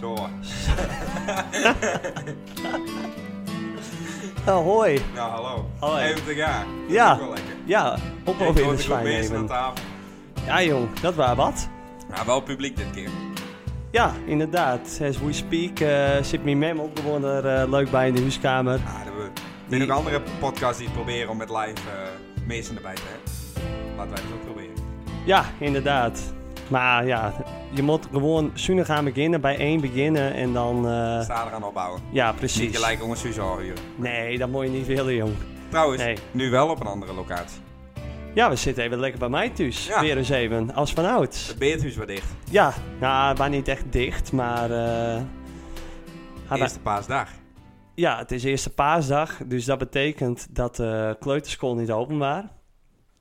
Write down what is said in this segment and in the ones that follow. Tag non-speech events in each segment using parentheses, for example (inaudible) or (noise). Zoas. Nou, hoi. Nou, hallo. Hallo. Even te gaan. Dat Ja. is ook wel lekker. Ja, Ik oplopen in hoor de het ook zwijn mensen aan nemen. tafel. Ja jong, dat waar wat. Maar wel publiek dit keer. Ja, inderdaad. As we speak eh, zit mijn mem ook gewoon er eh, leuk bij in de huiskamer. Ah, er we- er zijn Die- ook andere podcasts die het proberen om met live eh mensen erbij te hebben. Laten wij het ook proberen. Ja, inderdaad. Maar ja, je moet gewoon zuinig gaan beginnen, bij één beginnen en dan... eh, Sta eraan opbouwen. ja, Niet precies. gelijk onder Suzanne huren. Nee, dat moet je niet willen jong. Trouwens, Nee. nu wel op een andere locatie. Ja, we zitten even lekker bij mij thuis. Ja. Weer eens even, als vanouds. Het beerthuis weer dicht. Ja, nou, waar niet echt dicht, maar... eh, hadden- Eerste paasdag. Ja, het is eerste paasdag, dus dat betekent dat de kleuterschool niet open was.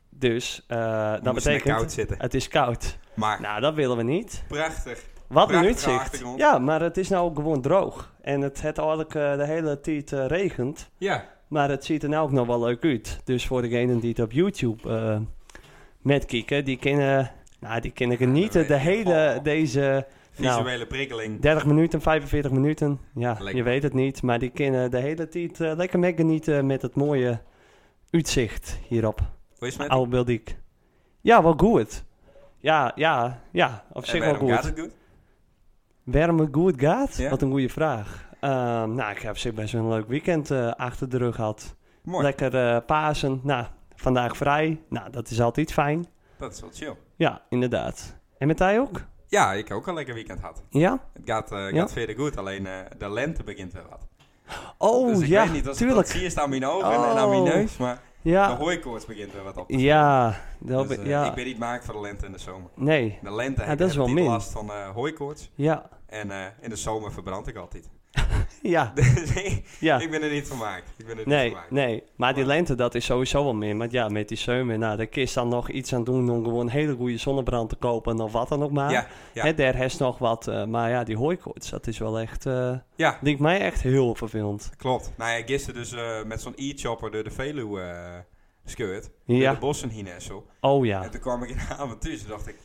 Dus eh, dat moesten er betekent... koud zitten. Het is koud. Maar Nou, dat willen we niet. prachtig. Wat een Prachtige uitzicht. achtergrond. Ja, maar het is nou ook gewoon droog. En het heeft eigenlijk eh, de hele tijd eh, regent. Ja. Maar het ziet er nou ook nog wel leuk uit. Dus voor degenen die het op YouTube eh met kieken, die kunnen, nou, die kunnen genieten. weet De ik. hele Oh. deze nou, Visuele prikkeling. 30 minuten, 45 minuten. Ja, Lekker. je weet het niet. Maar die kunnen de hele tijd eh, lekker mee genieten met het mooie uitzicht hierop. Hoe is het met Oude Bildiek. Ja, wel goed. Ja, ja, ja. Op En zich wel waarom gaat goed. het goed? Waarom het goed gaat? Ja. Wat een goede vraag. Ehm, nou, ik heb op zich best wel een leuk weekend eh, achter de rug gehad. Mooi. Lekker eh, Pasen. Nou, vandaag vrij. Nou, dat is altijd fijn. Dat is wel chill. Ja, inderdaad. En met jij ook? Ja, ik heb ook een lekker weekend had. Ja? Het gaat, eh, Ja? gaat verder goed, alleen eh, de lente begint weer wat. Oh, Dus ik ja, weet niet, als tuurlijk. ik dat zie, is het aan mijn ogen en aan mijn Oh. neus, maar de Ja, hooikoorts begint weer wat op. ja. Dat Dus, be- eh, ja. Ik ben niet maakt voor de lente en de zomer. Nee, De lente Ja, heb dat ik is wel altijd min. last van eh hooikoorts ja, en eh, in de zomer verbrand ik altijd. (laughs) ja, Dus ik- ja. ik ben er niet van gemaakt. Ik ben er niet Nee, van gemaakt. nee. Maar die Maar- lente, dat is sowieso wel meer. Want ja, met die zomer, nou, daar kun je dan nog iets aan doen om gewoon hele goede zonnebrand te kopen of wat dan ook maar. Ja, ja. Hè, daar is nog wat. eh, maar ja, die hooikoorts, dat is wel echt, eh Ja, denk mij echt heel vervelend. klopt. Nou ja, gisteren dus eh, met zo'n e-chopper door de Veluwe eh skeurt. Door Ja, de bossen hier en zo. oh ja. En toen kwam ik in de avond thuis en dacht ik,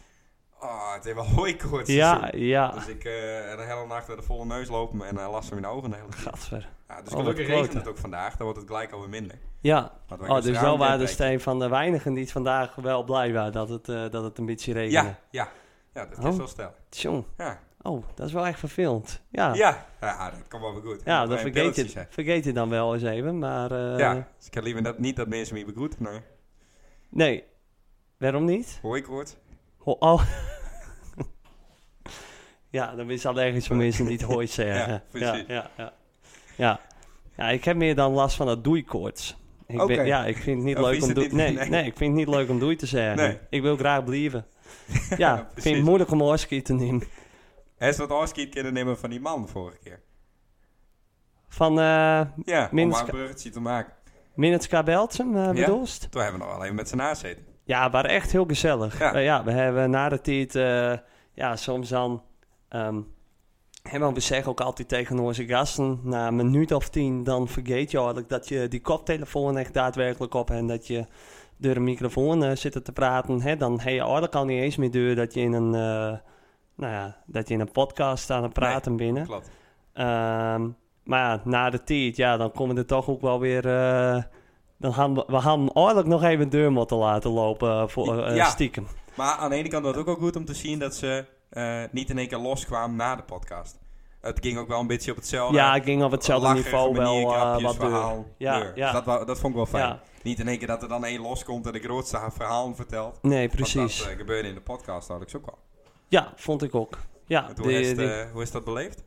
oh, het heeft wel hooikoorts. Ja, ja. Dus ik eh de hele nacht met de volle neus lopen en eh, last van mijn ogen de hele tijd. Gadver. Ja, dus Oh, gelukkig wat kloten. regent het ook vandaag, dan wordt het gelijk alweer minder. Ja, Want wij oh, kunnen dus raam wel waren de dicht trekken. steen van de weinigen die het vandaag wel blij waren dat het, eh, dat het een beetje regende. Ja, ja, ja, dat Oh. is wel stel. Tjong. Ja. Oh, dat is wel echt vervelend. Ja, Ja. ja, Ja. ah, dat komt wel weer goed. Moet Ah. dat maar een vergeet pilletje je, vergeet je dan wel eens even. Maar eh, zijn. Ja, dus ik heb liever dat, niet dat mensen me begroeten, maar nee, waarom niet? hoor ik hoort. Ho- oh. (laughs) ja, dan is allergisch voor mensen die het hooi (laughs) zeggen. precies. Ja, ja, ja. Ja. Ja, ik heb meer dan last van dat doeikoorts. Ik ben- Oké. ja, ik vind het niet (laughs) Of leuk is om het doei... niet- Nee, nee. nee. ik vind het niet leuk om doei te zeggen. Nee. Ik wil (laughs) graag blijven. Ja, ik vind precies. het moeilijk om oorskiet te nemen. Hij is wat afscheid kunnen nemen van die man vorige keer. Van eh Ja, om Minsk- maar een bruggetje te maken. Minetska Beltsem, eh bedoelst? Toen hebben we nog alleen met z'n naast zitten. Ja, waren echt heel gezellig. Ja. Ja, ja we hebben na de tijd, eh, ja, soms dan. ehm helemaal we zeggen ook altijd tegen onze gasten, na een minuut of tien, dan vergeet je eigenlijk dat je die koptelefoon echt daadwerkelijk op en dat je door een microfoon eh, zit te praten. Hè, dan heb je eigenlijk al niet eens meer door dat je in een, eh, nou ja, dat je in een podcast aan het praten binnen. Klopt. Ehm, maar ja, na de tijd, ja, dan komen er toch ook wel weer. eh, dan gaan we, we gaan eigenlijk nog even deur moeten laten lopen eh, voor eh, Ja. stiekem. Maar aan de ene kant was het ook wel goed om te zien dat ze eh, niet in één keer loskwamen na de podcast. Het ging ook wel een beetje op hetzelfde. ja, ik ging op hetzelfde lacherige niveau wel manier, eh, grapjes, wat deur. verhaal, Ja, deur. ja. Dus dat, wa- dat vond ik wel fijn. Ja. Niet in één keer dat er dan één loskomt en de grootste haar verhaal vertelt. Nee, Want precies. Dat eh, gebeurde in de podcast, had ik zo al. ja, vond ik ook. Ja, Want de- Hoe, is het, die- eh, hoe is dat beleefd?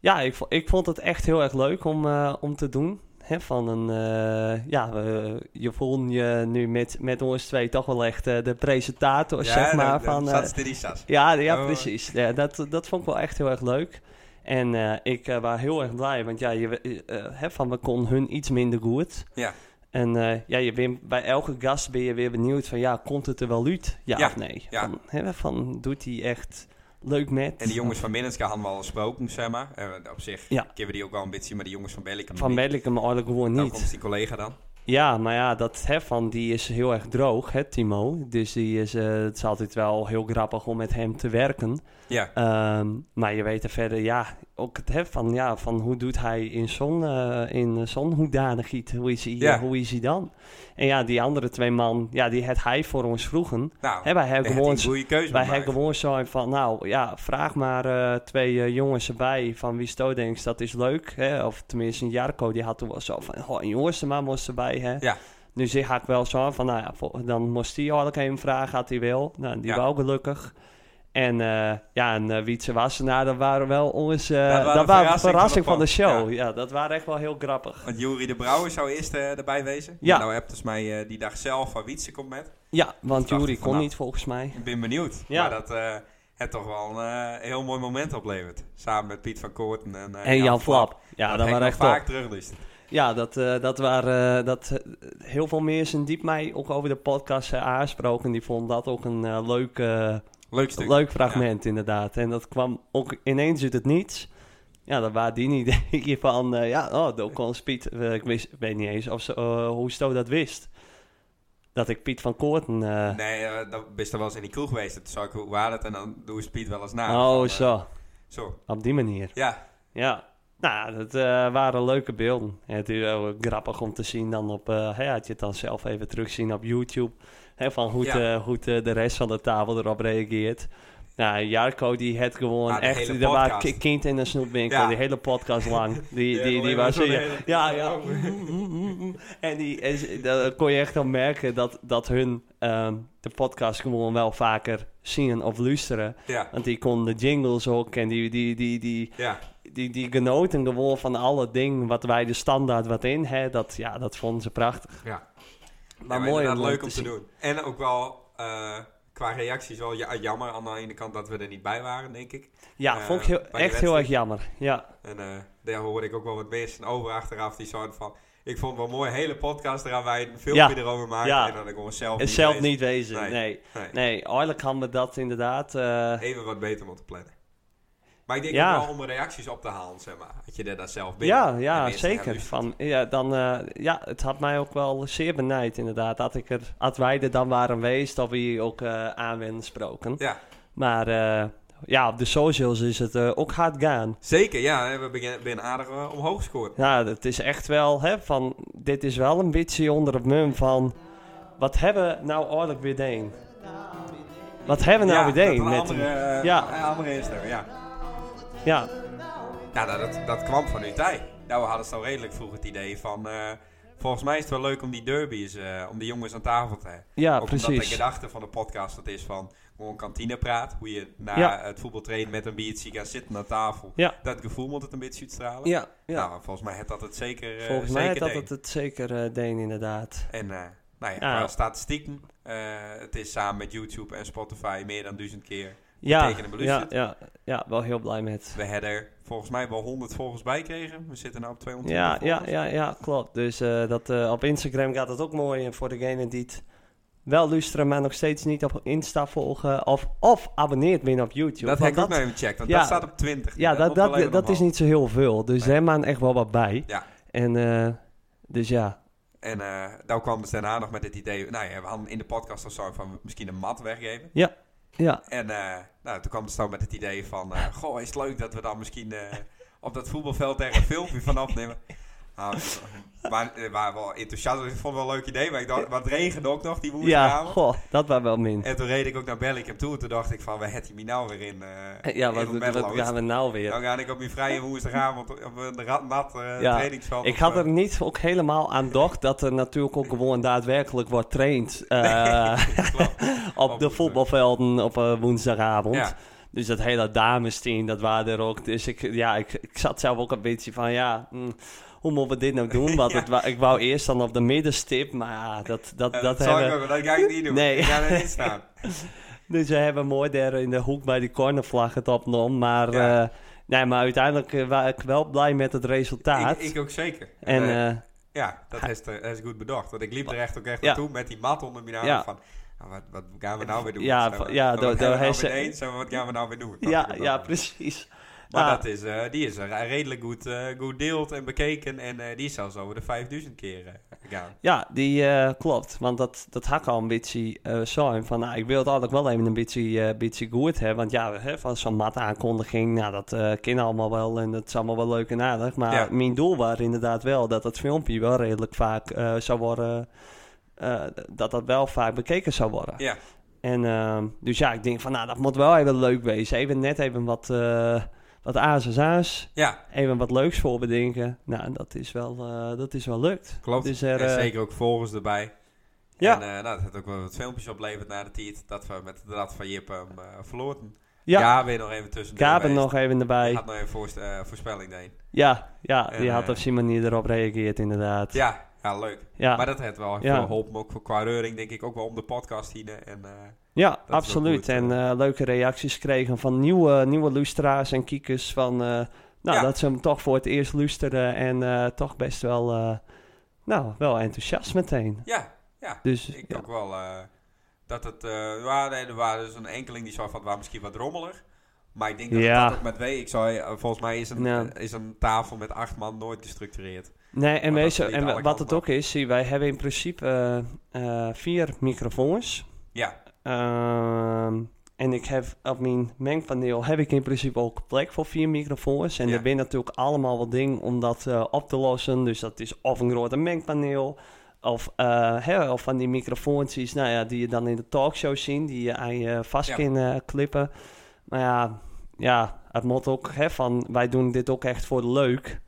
ja ik, vo- ik vond het echt heel erg leuk om, eh, om te doen. Hè, van een, eh, ja, we- je voelt je nu met, met ons twee toch wel echt eh, de presentator, zeg maar. dan- dan van, eh, zat ze in die sas. Ja, ja Oh. precies. Ja, dat, dat vond ik wel echt heel erg leuk. En eh, ik eh, was heel erg blij, want ja, je, eh, eh, hè, van we kon hun iets minder goed. Ja. En eh, ja, je bent, bij elke gast ben je weer benieuwd van, ja, komt het er wel uit? Ja, Ja, of nee? ja. Van, hè, van, doet hij echt leuk met? En die jongens van Minneska hadden we al gesproken, zeg maar. En op zich Ja. kennen we die ook wel een beetje, maar die jongens van Bellicum Van niet. Medlikum eigenlijk gewoon Dan komt niet. die collega dan. Ja, maar ja, dat hè, van die is heel erg droog, hè, Timo. Dus die is, eh, het is altijd wel heel grappig om met hem te werken. Ja, Ehm, maar je weet er verder, ja, ook het hè, van, ja, van hoe doet hij in zo'n eh, in zo'n hoedanigheid? Hoe is, hij, eh, Ja. hoe is hij dan? En ja, die andere twee man, ja, die het hij voor ons vroegen. nou, Hè, wij hebben echt gewoon een goede keuze Dus wij gemaakt. hebben gewoon zo van, nou ja, vraag maar eh, twee eh, jongens erbij van wie Sto denkt dat is leuk. Hè? Of tenminste, Jarko die had toen wel zo van, oh, een jongens er maar moest erbij. Hè? Ja. Dus ik had wel zo van, nou ja, vol- dan moest hij eigenlijk even vragen, had hij wel. Nou, die Ja. wou gelukkig. En eh, ja, en eh, Wietse Wassenaar, dat waren wel ons, eh, waren dat waren verrassing van de verrassing van de pan. show. Ja. dat waren echt wel heel grappig. Want Jury de Brouwer zou eerst eh, erbij wezen. Ja. Nou, je hebt dus mij eh, die dag zelf van Wietse komt met. Ja, want Dacht Jury ik van, kon nou. niet volgens mij. Ik ben benieuwd. Ja. Maar dat eh, het toch wel een eh, heel mooi moment oplevert. Samen met Piet van Koorten en, eh, En Jan Flap. Ja, heb dat, ik waren nog echt top. vaak terugluisterd. Ja, dat, eh, dat waren eh, dat, eh, heel veel mensen diep mij ook over de podcast eh, aansproken. Die vonden dat ook een eh, leuk, eh, Leuk stuk. leuk fragment inderdaad. En dat kwam ook ineens uit het niets. Ja, dat waren die (laughs) ideeën van, eh, ja, oh, daar kon Piet, eh, ik wist, ik weet niet eens of ze, eh, hoe Sto dat wist. Dat ik Piet van Koorten... eh, Nee, eh, dat ben je wel eens in die crew geweest. Toen zag ik hoe waar het en dan doe je Piet wel eens na. oh, Dus dan, eh, zo, Zo, op die manier. ja. Ja, nou, dat eh, waren leuke beelden. Het is wel grappig om te zien dan op... eh hè, had je het dan zelf even terugzien op YouTube... Hè, van hoe, Ja. de, hoe de, de rest van de tafel erop reageert. Nou, Jarko die het gewoon Ah, de echt... hele Er waren podcast. ki- kind in de snoepwinkel, Ja. die hele podcast lang. (laughs) Die, die, die, alleen maar was... zo'n Ja, hele- ja, ja. Mm, mm, mm, mm. En die, en, dan kon je echt dan merken dat, dat hun ehm, de podcast gewoon wel vaker zien of luisteren. Ja, Want die konden jingles ook en die, die, die, die, ja. die, die genoten gewoon van alle dingen wat wij de standaard wat in, hè, dat, ja, dat vonden ze prachtig. Ja. Maar Ja, mooi om inderdaad, leuk te om te zien. doen. En ook wel eh, qua reacties wel ja, jammer aan de ene kant dat we er niet bij waren, denk ik. Ja, Eh, vond ik heel, bij de echt heel erg jammer. Ja, En eh, daar hoorde ik ook wel wat mensen over achteraf die zouden van... Ik vond het wel mooi, hele podcast eraan wij een filmpje Ja. erover maken. Ja. En dan ik gewoon zelf en niet zelf weet. niet wezen. Nee. Nee. nee. Nee. eigenlijk hadden we dat inderdaad. eh, Even wat beter moeten plannen. Maar ik denk Ja. ook wel om reacties op te halen, zeg maar. Dat je daar dan zelf binnen. ja, ja, en eerst te gaan zeker. luisteren. Van, ja, dan, eh, ja, het had mij ook wel zeer benijd, inderdaad. Had, ik er, had wij er dan waren geweest, dat we hier ook eh aan werden gesproken. Ja, Maar eh, ja, op de socials is het eh, ook hard gaan. zeker. Ja, we begin- ben aardig eh, omhoog gescoord. Nou, het is echt wel, hè, van, dit is wel een beetje onder het mum van, wat hebben we nou eigenlijk weer deen? Wat hebben we nou weer deen? dat een Met andere, eh, Ja. een andere instelling, ja. Ja, Nou, dat, dat, dat kwam van uw tijd. Nou, we hadden zo redelijk vroeg het idee van... eh, volgens mij is het wel leuk om die derbies, eh, om die jongens aan tafel te hebben. ja, Ook omdat de precies. gedachte van de podcast dat is van gewoon kantinepraat. Hoe je na Ja. het voetbaltrainen met een biertje gaat zitten aan tafel. Ja. Dat gevoel moet het een beetje uitstralen. Ja, ja. Nou, volgens mij had dat het zeker eh, volgens mij zeker dat deed. het het zeker eh, deen inderdaad. En eh, nou ja, Ja. qua statistieken. eh, het is samen met YouTube en Spotify meer dan duizend keer. Ja, Tekenen ja, beluisterd. ja, ja, wel heel blij met. We hebben er volgens mij wel 100 volgers bij kregen. We zitten nu op 200 Ja, ja, ja, ja, klopt. Dus eh, dat, eh, op Instagram gaat het ook mooi. En voor degenen die het wel luisteren, maar nog steeds niet op Insta volgen of, of abonneert binnen op YouTube. Dat want heb ik ook nog even gecheckt, want Ja. dat staat op 20. Ja, dat, moet wel dat, even dat, is omhoog. niet zo heel veel. Dus Nee. daar maan echt wel wat bij. Ja. En, eh, dus ja. En eh daar kwam dus daarna nog met het idee... Nou ja, we hadden in de podcast al zo van misschien een mat weggeven. Ja, En eh, nou, toen kwam het dan met het idee van... eh, goh, is het leuk dat we dan misschien eh, op dat voetbalveld daar een filmpje van afnemen. (laughs) Nou, maar we waren wel enthousiast. dus Ik vond het wel een leuk idee. Maar ik dacht, wat regende ook nog die ja woensdagavond. goh, dat was wel min. en toen reed ik ook naar Bellingham toe. Toen dacht ik van, waar heb je me nou weer in? eh, Ja, in wat, op wat Medloot? gaan we nou weer? Nou ga ik op mijn vrije woensdagavond op een ra- nat eh, Ja, trainingsveld. Ik op, had eh, er niet ook helemaal aan dacht dat er natuurlijk ook gewoon daadwerkelijk wordt (laughs) traind eh, klopt. op de voetbalvelden op eh, woensdagavond. Ja. Dus dat hele damesteam, dat waren er ook. Dus ik, ja, ik, ik zat zelf ook een beetje van, ja, hm, hoe moeten we dit nou (laughs) doen? Want het wa- ik wou eerst dan op de middenstip, maar ja, dat, dat, Eh, (laughs) dat dat, zal hebben... ik ook, dat ga ik niet doen. Nee. Ik ga er niet (laughs) staan. Dus we hebben mooi daar in de hoek bij die cornervlag het opgenomen. Maar, Ja. eh, nee, maar uiteindelijk eh, was ik wel blij met het resultaat. Ik, ik ook zeker. en Eh, eh, Ja, dat is, te- dat is goed bedacht. Want ik liep er echt ook echt Ja. naartoe met die mat onder mijn arm Ja. van... nou, Wat, wat gaan we nou weer doen? Ja, Zeg maar, ja, wat door- gaan we door nou hij weer zei- doen? Zeg maar, Wat gaan we nou weer doen? Dat ja, ik het ja, ook- precies. Maar Ah. dat is, eh, die is eh, redelijk goed, eh, goed deeld en bekeken. En eh, die is zelfs over de 5000 keer eh, gegaan. Ja, die eh, klopt. Want dat, dat had ik al een beetje eh zijn. Van, nou, ik wil het eigenlijk wel even een beetje, eh, beetje goed hebben. Want ja, hè, van zo'n mat aankondiging, nou, dat eh kennen allemaal wel. En dat is allemaal wel leuk en aardig. Maar Ja. mijn doel was inderdaad wel dat dat filmpje wel redelijk vaak eh, zou worden... eh, dat dat wel vaak bekeken zou worden. Ja. En ehm, dus ja, ik denk van, nou, dat moet wel even leuk wezen. Even net even wat, eh wat aas is aas. Ja, Even wat leuks voor bedenken. Nou, en dat is wel, eh, dat is wel lukt. klopt. Dus er, en eh, zeker ook volgers erbij. Ja. En eh, nou, dat heeft ook wel wat filmpjes opleverd na de tiet. Dat we met de draad van Jip hem eh verloren. Ja. Ja. Gaben nog even tussen. Gaben nog even Hij erbij. had nog even voorst- eh, voorspelling deed. Ja, ja En, die had eh, op zijn manier erop reageerd inderdaad. Ja, Ja, ja, leuk. ja, Maar dat heeft wel Ja. geholpen, ook voor qua reuring, denk ik, ook wel om de podcast hier. En, eh, is wel absoluut. goed, en eh. eh, leuke reacties kregen van nieuwe, nieuwe lustra's en kiekers van... eh, nou, Ja. dat ze hem toch voor het eerst luisteren en eh, toch best wel, eh, nou, wel enthousiast meteen. ja, Dus ik ja. ook wel eh, dat het... eh ja, nee, er waren dus een enkeling die zei van, het was misschien wat rommelig. Maar ik denk dat Ja. het dat ook met wee. Ik zou, eh, volgens mij is een, Ja. is een tafel met acht man nooit gestructureerd. Nee, en, Maar wees, dat is niet en alle wat het kanten. ook is, zie, wij hebben in principe eh, eh, vier microfoons. Ja, Ehm, en ik heb op mijn mengpaneel heb ik in principe ook plek voor vier microfoons. En Ja. er zijn natuurlijk allemaal wat dingen om dat eh, op te lossen. Dus dat is of een grote mengpaneel. Of, eh, hè, of van die microfoontjes nou ja, die je dan in de talkshow ziet. Die je aan je vast Ja. kan eh, klippen. Maar Nou ja, ja het moet ook hè, van... Wij doen dit ook echt voor de leuk.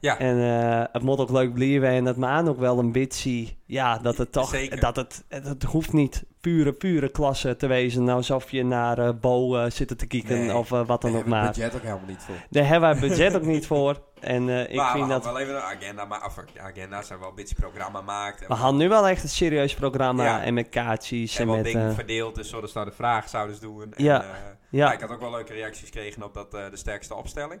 Ja. En eh, het moet ook leuk blijven. En het maakt ook wel een beetje... Ja, dat het toch... Zeker. Dat het, het, het hoeft niet pure, pure klasse te wezen. Nou, alsof je naar eh Bo eh, zit te kieken Nee. of eh, wat dan ook maar. budget ook helemaal niet voor. Daar hebben wij budget ook niet voor. En eh, ik maar vind we dat... hadden wel even een agenda, maar of, ja, agenda zijn wel een beetje programma maakt. En We hadden nu wel echt een serieus programma. Ja. En met kaartjes en, en wat met... dingen eh, verdeeld, dus zodat ze nou de vraag zouden doen. En, Ja. eh, ja, ja, ik had ook wel leuke reacties gekregen op dat, eh, de sterkste opstelling.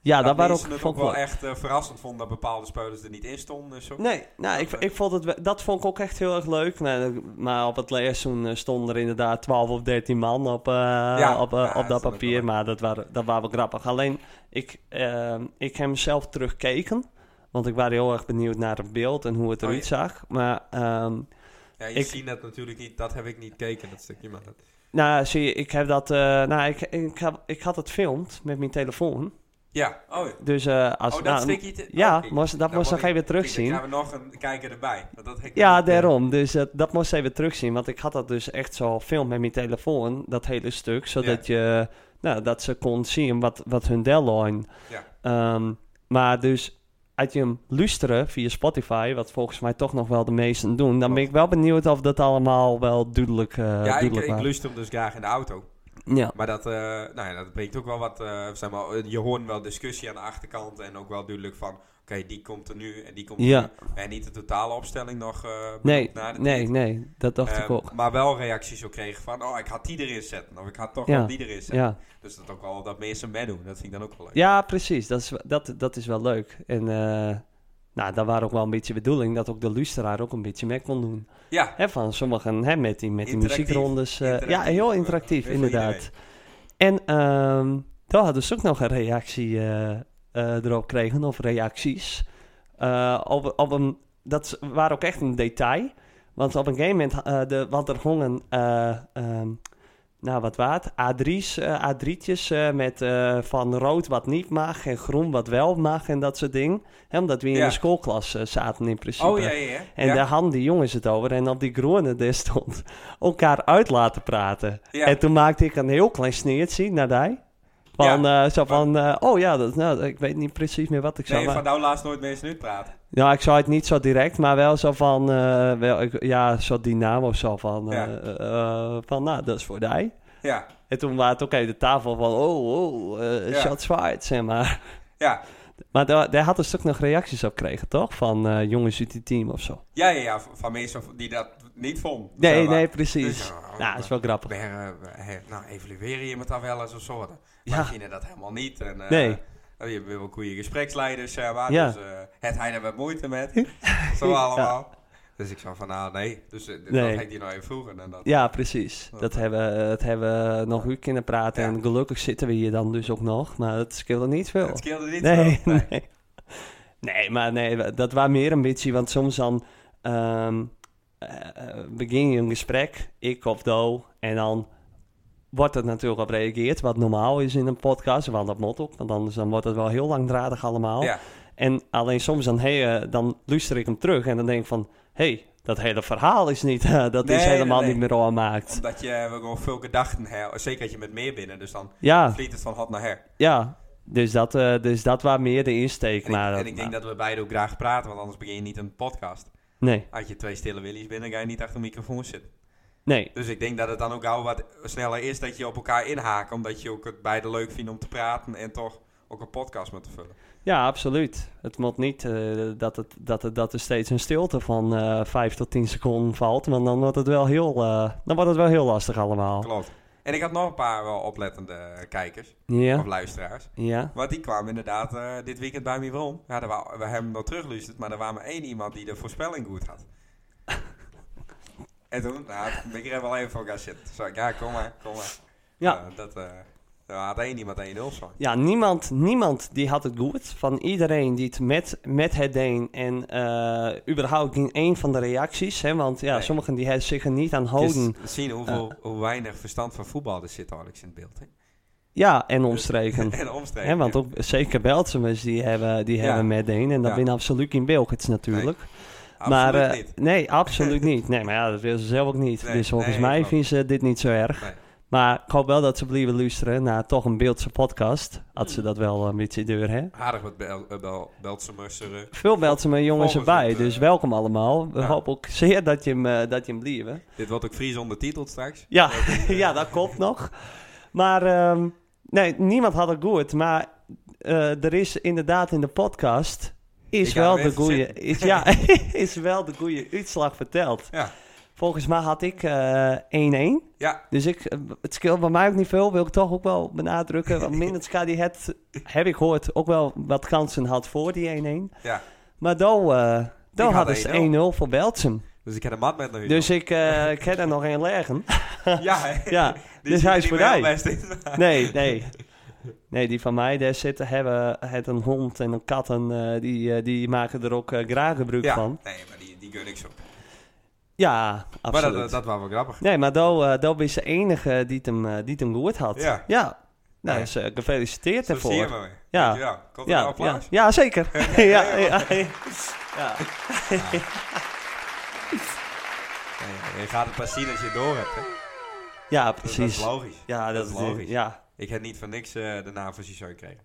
ja, dat waren mensen ook... het vond ik wel wel- echt eh, verrassend vonden dat bepaalde spelers er niet in stonden. en zo. Nee, nou, ik, ik vond het, we- dat vond ik ook echt heel erg leuk. Nou, dat- maar op het leerseizoen eh, stonden er inderdaad 12 of 13 man op, eh, op, eh, ja, dat op dat vond ik wel papier. leuk. Maar dat waren, dat waren wel grappig. Alleen, ik, ehm, ik heb mezelf terugkeken. Want ik was heel erg benieuwd naar het beeld en hoe het Oh, eruit zag. Maar ehm, Ja, je Ik- ziet dat natuurlijk niet, dat heb ik niet gekeken, dat stukje. Maar dat- nou, zie je, ik heb dat... eh, nou, ik, ik, heb, ik had het filmd met mijn telefoon. Ja, oh, ja. Dus eh, als... oh dat nou, stukje... te- ja, oh, kijk. moest, dat Nou, moest nog moet ik- kijk, even terugzien. Dan gaan we nog een kijker erbij. want dat heb ik Ja, niet, eh, daarom. Dus eh, dat moest even terugzien. Want ik had dat dus echt zo film met mijn telefoon, dat hele stuk. Zodat je, nou, dat ze kon zien wat, wat hun deadline. Ja. Ehm, maar dus, als je hem luisteren via Spotify, wat volgens mij toch nog wel de meesten doen, dan ben ik wel benieuwd of dat allemaal wel duidelijk, eh Oh. ja, ik, duidelijk ik was. lust hem dus graag in de auto. Ja, Maar dat, eh, nou ja, dat brengt ook wel wat... eh, zeg maar, eh, je hoort wel discussie aan de achterkant. En ook wel duidelijk van... Oké, die komt er nu en die komt er ja. nu. En niet de totale opstelling nog... eh, benoemd Nee, na de nee, tijd. nee, dat dacht Ehm, ik ook. Maar wel reacties ook kregen van... Oh, ik had die erin zetten. Of ik had toch Ja. wel die erin zetten. Ja. Dus dat ook wel dat mensen meedoen. Dat vind ik dan ook wel leuk. Ja, precies. Dat is, dat, dat is wel leuk. En eh, nou, daar waren ook wel een beetje bedoeling dat ook de luisteraar ook een beetje mee kon doen. Ja, Hè, van sommigen hè, met die, met die Interactief. muziekrondes. eh, ja, Interactief. heel interactief, Weer voor inderdaad. En ehm daar hadden ze ook nog een reactie eh, eh, erop gekregen, of reacties. Eh, op, op een, dat is- waren ook echt een detail. Want op een gegeven moment, eh, de, want er hongen, eh, ehm, nou wat waard, A3's, eh, A3'tjes eh, met eh, van rood wat niet mag en groen wat wel mag en dat soort dingen. Hè, omdat we in Ja. de schoolklas eh, zaten in principe. Oh ja, ja, ja. En ja. daar hadden die jongens het over. En op die groene daar stond elkaar uit laten praten. Ja. En toen maakte ik een heel klein sneertje naar die. Van, eh, zo van, eh, oh ja, dat, nou, ik weet niet precies meer wat ik zou... nee, van nou laatst nooit mensen nu praten. Nou, ik zou het niet zo direct, maar wel zo van, eh, wel, ik- ja, zo die naam of zo van, eh, Ja. eh, eh, van, nou, dat is voor die. Ja, En toen waren het ook even de tafel van, oh, oh, eh Ja. shots fired, zeg maar. ja. Maar daar, daar had een stuk nog reacties op gekregen, toch? Van eh, jongens uit die team of zo. Ja, ja, ja. Van mensen die dat niet vonden. Nee, zeg maar. nee, precies. Dus, ja, nou, dat is wel grappig. we her- we her- nou, evalueer je me dan wel eens of zo. Maar Ja. ja. dat helemaal niet. En, eh, Nee. Je hebt wel goede gespreksleiders, zeg maar. Ja. (laughs) Dus eh, het hij er wat moeite met. zo allemaal. Dus ik zei van, nou nee, dus eh, Nee. dat heeft hij nou even vroeger. En dat, Ja, precies. Dat- Dat hebben, dat hebben we nog uur kunnen praten. Ja. En gelukkig zitten we hier dan dus ook nog. Maar dat scheelde niet veel. Het scheelde niet nee, veel. nee. nee. maar nee, dat was meer ambitie. Want soms dan ehm, eh, eh, begin je een gesprek, ik of Do. En dan wordt er natuurlijk op reageerd. Wat normaal is in een podcast. Want dat moet ook. Want anders dan wordt het wel heel langdradig allemaal. Ja. En alleen soms dan, hey, eh, dan luister ik hem terug. En dan denk ik van, hé, hey, dat hele verhaal is niet... (laughs) eh, dat Nee, is nee, helemaal nee. niet meer aanmaakt. Omdat je eh, gewoon veel gedachten hebt. Zeker dat je met meer binnen, dus dan Ja, vliegt het van hot naar her. ja. Dus dat, eh dus dat was meer de insteek. En, maar, ik, en ik denk dat we beide ook graag praten, want anders begin je niet een podcast. Nee, Als je twee stille willies bent, dan ga je niet achter de microfoon zitten. nee. Dus ik denk dat het dan ook al wat sneller is dat je op elkaar inhaakt. Omdat je ook het beide leuk vindt om te praten en toch ook een podcast met te vullen. Ja, absoluut. Het moet niet eh, dat, het, dat, het, dat er steeds een stilte van eh 5 tot 10 seconden valt. Want dan wordt het wel heel, eh, dan wordt het wel heel lastig allemaal. Klopt. En ik had nog een paar wel oplettende kijkers of Ja, luisteraars. ja. Want die kwamen inderdaad eh, dit weekend bij me om. Ja, daar wa- we hebben hem nog teruggeluisterd, maar er was maar één iemand die de voorspelling goed (laughs) had. en toen, nou, toen ben ik er wel even voor gaan zitten. Toen zei ik, ja, kom maar, kom maar. Ja. Eh, dat, eh er had één iemand 1-0 van. Ja, niemand, niemand die had het goed. Van iedereen die het met, met het deed. En eh überhaupt geen één van de reacties. Hè, want ja, Nee. sommigen die hebben zich er niet aan Het is houden. te zien hoeveel, hoe weinig verstand van voetbal er zit Alex in het beeld. Hè? Ja, en (laughs) omstreken. en omstreken. Hè, want ook zeker Beltsumers die hebben, die Ja. hebben meteen. En dat Ja. ben absoluut in Belgits natuurlijk. Absoluut maar, eh, niet. (laughs) Nee, absoluut niet. Nee, maar ja, dat wil ze zelf ook niet. Nee, dus volgens nee, mij klopt. vinden ze dit niet zo erg. Nee. Maar ik hoop wel dat ze blijven luisteren naar toch een Beeldse podcast. Had ze dat wel een beetje deur, hè? Aardig wat Bel, eh, Bel, Beltsemers er, eh, Veel Beltsumer jongens Volgens erbij, het, eh, dus welkom allemaal. We ja. hopen ook zeer dat je hem, eh, dat je hem blijven. Dit wordt ook Fries ondertiteld straks. Ja, (laughs) ja, dat klopt nog. Maar ehm, nee, niemand had het goed. Maar eh, er is inderdaad in de podcast is Ik ga wel hem de even goede, zitten. is, ja, (laughs) is wel de goede uitslag verteld. Ja. Volgens mij had ik eh, 1-1. Ja. Dus ik, eh, het scheelt bij mij ook niet veel, wil ik toch ook wel benadrukken. Want (laughs) Minenska die het, heb ik gehoord, ook wel wat kansen had voor die 1-1. Ja. Maar dan eh dan had hadden ze 1-0 voor Beltsum. Dus ik heb een mat met nu. Dus ik, eh ik heb er nog één (laughs) leggen. ja, hè. Ja, Die dus zit hij er is niet meer voorbij. heel best in. Nee, nee. Nee, die van mij daar zitten, hebben het een hond en een kat en eh, die, eh, die maken er ook eh, graag gebruik ja. van. Nee, maar die, die gun ik zo. Ja, Maar absoluut. dat, dat, dat was wel grappig. Nee, maar Do, eh Do is de enige die het hem, eh, die het hem gehoord had. Ja. Ja. Nou, dus eh, gefeliciteerd Zo zie je daarvoor. hem weer. Ja. Dankjewel. Komt er een Ja, ja, applaus? ja, (laughs) zeker. ja, ja, ja. ja. Nee, je gaat het pas zien als je het door hebt. Hè. Dus Ja, Dat is precies. logisch. Ja, dat dat is is logisch. Ja, Ik heb niet voor niks eh, de naam van Cisoen gekregen.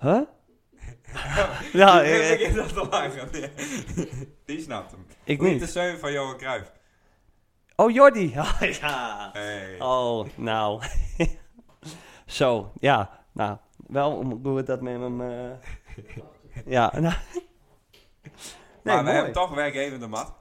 huh? (laughs) (laughs) ja, eh, ik, ik, ik heb dat al lang gehad. (laughs) Die snapt hem. ik Niet de niet. zeun van Johan Cruijff. Oh, Jordi. (laughs) Ah, ja. Hey. Oh, nou. (laughs) Zo, ja. Nou, wel goed dat men hem... eh, ja, (laughs) nou. maar Nee, we mooi. hebben toch werkgevende mat.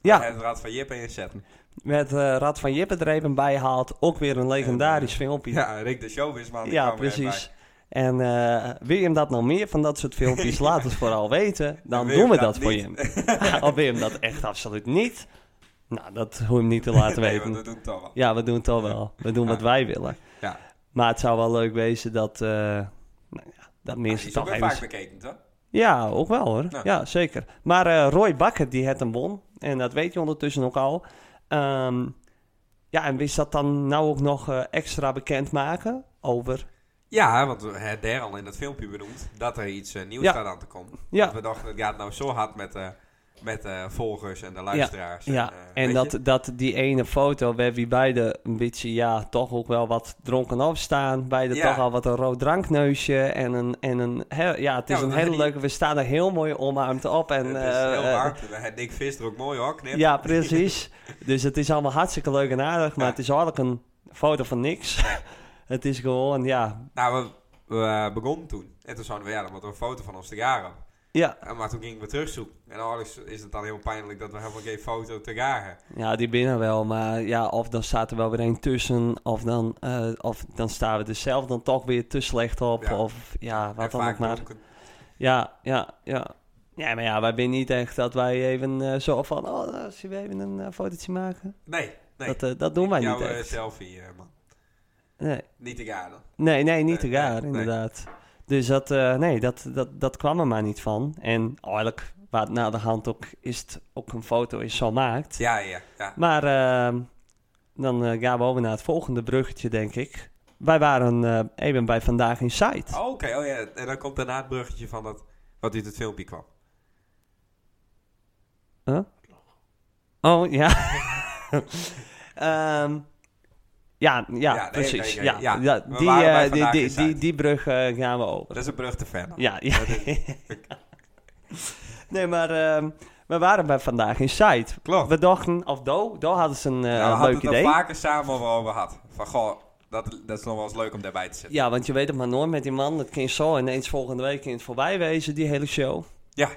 ja, En het raad van Jip en zetten. met eh, Rad van Jippen er even bij haalt. Ook weer een legendarisch filmpje. Ja, Rick de Showbizman. die Ja, kwam er even bij. precies. En eh, wil je hem dat nou meer van dat soort (laughs) filmpjes? Laat het vooral weten. Dan wil je doen we hem dat dat voor je. Al wil je (laughs) hem dat echt absoluut niet? Nou, dat hoef je hem niet te laten (laughs) Nee, weten. want dat doet het toch wel. Ja, we doen het al wel. We doen wat wij willen. Ja. Maar het zou wel leuk wezen dat, eh, nou ja, dat Die mensen is ook toch wel even... vaak bekeken, toch? Ja, ook wel hoor. Ja, Ja. zeker. Maar eh, Roy Bakker, die het hem won. En dat weet je ondertussen ook al. Ehm, ja, en wist dat dan nou ook nog eh, extra bekendmaken over... Ja, want we hebben daar al in dat filmpje benoemd dat er iets eh, nieuws Ja. staat aan te komen. Ja. Want we dachten, het gaat nou zo hard met, eh, met eh, volgers en de luisteraars. Ja, eh, en weet dat, je? dat die ene foto waar wie beide een beetje, ja, toch ook wel wat dronken afstaan. Beide Ja. toch al wat een rood drankneusje en een, en een he- ja, het is Ja, een we hele hebben leuke, we staan er heel mooi omarmd op. En, het eh, is heel eh, hard. We hebben Nick Visser ook mooi hoor, knip. ja, precies. dus het is allemaal hartstikke leuk en aardig, maar Ja. het is eigenlijk een foto van niks. (laughs) het is gewoon, ja, Nou, we, we eh, begonnen toen. En toen zouden we, ja, dan wordt er een foto van ons te garen. op. ja. En Maar toen gingen we terugzoeken. En alles is het dan heel pijnlijk dat we helemaal geen foto te garen hebben. Ja, die binnen wel, maar ja, of dan staat er wel weer een tussen, of dan, eh, of dan staan we er zelf dan toch weer te slecht op, Ja. of ja, En wat dan vaak ook maar. dronken. Ja, ja, ja. Ja, maar ja, wij zijn niet echt dat wij even eh, zo van... Oh, nou, zullen we even een eh, fotootje maken? Nee, nee. Dat, eh, dat doen wij Jouw niet eh, echt. selfie, eh, man. nee. Niet te gaan. Nee, nee, niet te Nee, raar, nee, nee. inderdaad. Dus dat, eh, nee, dat, dat, dat kwam er maar niet van. En eigenlijk, waar het na de hand ook is, het ook een foto is zo maakt. Ja, ja, ja. Maar ehm, dan eh, gaan we over naar het volgende bruggetje, denk ik. Wij waren eh, even bij Vandaag in Sight. Oh, Oké, oh ja. En dan komt daarna het bruggetje van dat, wat uit het filmpje kwam. Oh, ja. (laughs) Ehm, ja, ja, nee, precies. nee, nee, ja, ja. ja, We die, waren bij eh, die, Vandaag in die, Sight. die, die brug eh, gaan we over. Dat is een brug te ver. (laughs) Ja, ja. Dat is- (laughs) nee, maar ehm, we waren bij Vandaag in Sight. Klopt. We dachten, of Do, Do hadden ze een eh, Nou, Oh. we hadden leuk het er idee. vaker samen over over gehad. Van, goh, dat, dat is nog wel eens leuk om daarbij te zitten. Ja, want je weet het maar nooit met die man. Dat kun je zo ineens volgende week in het voorbij wezen, die hele show. Ja.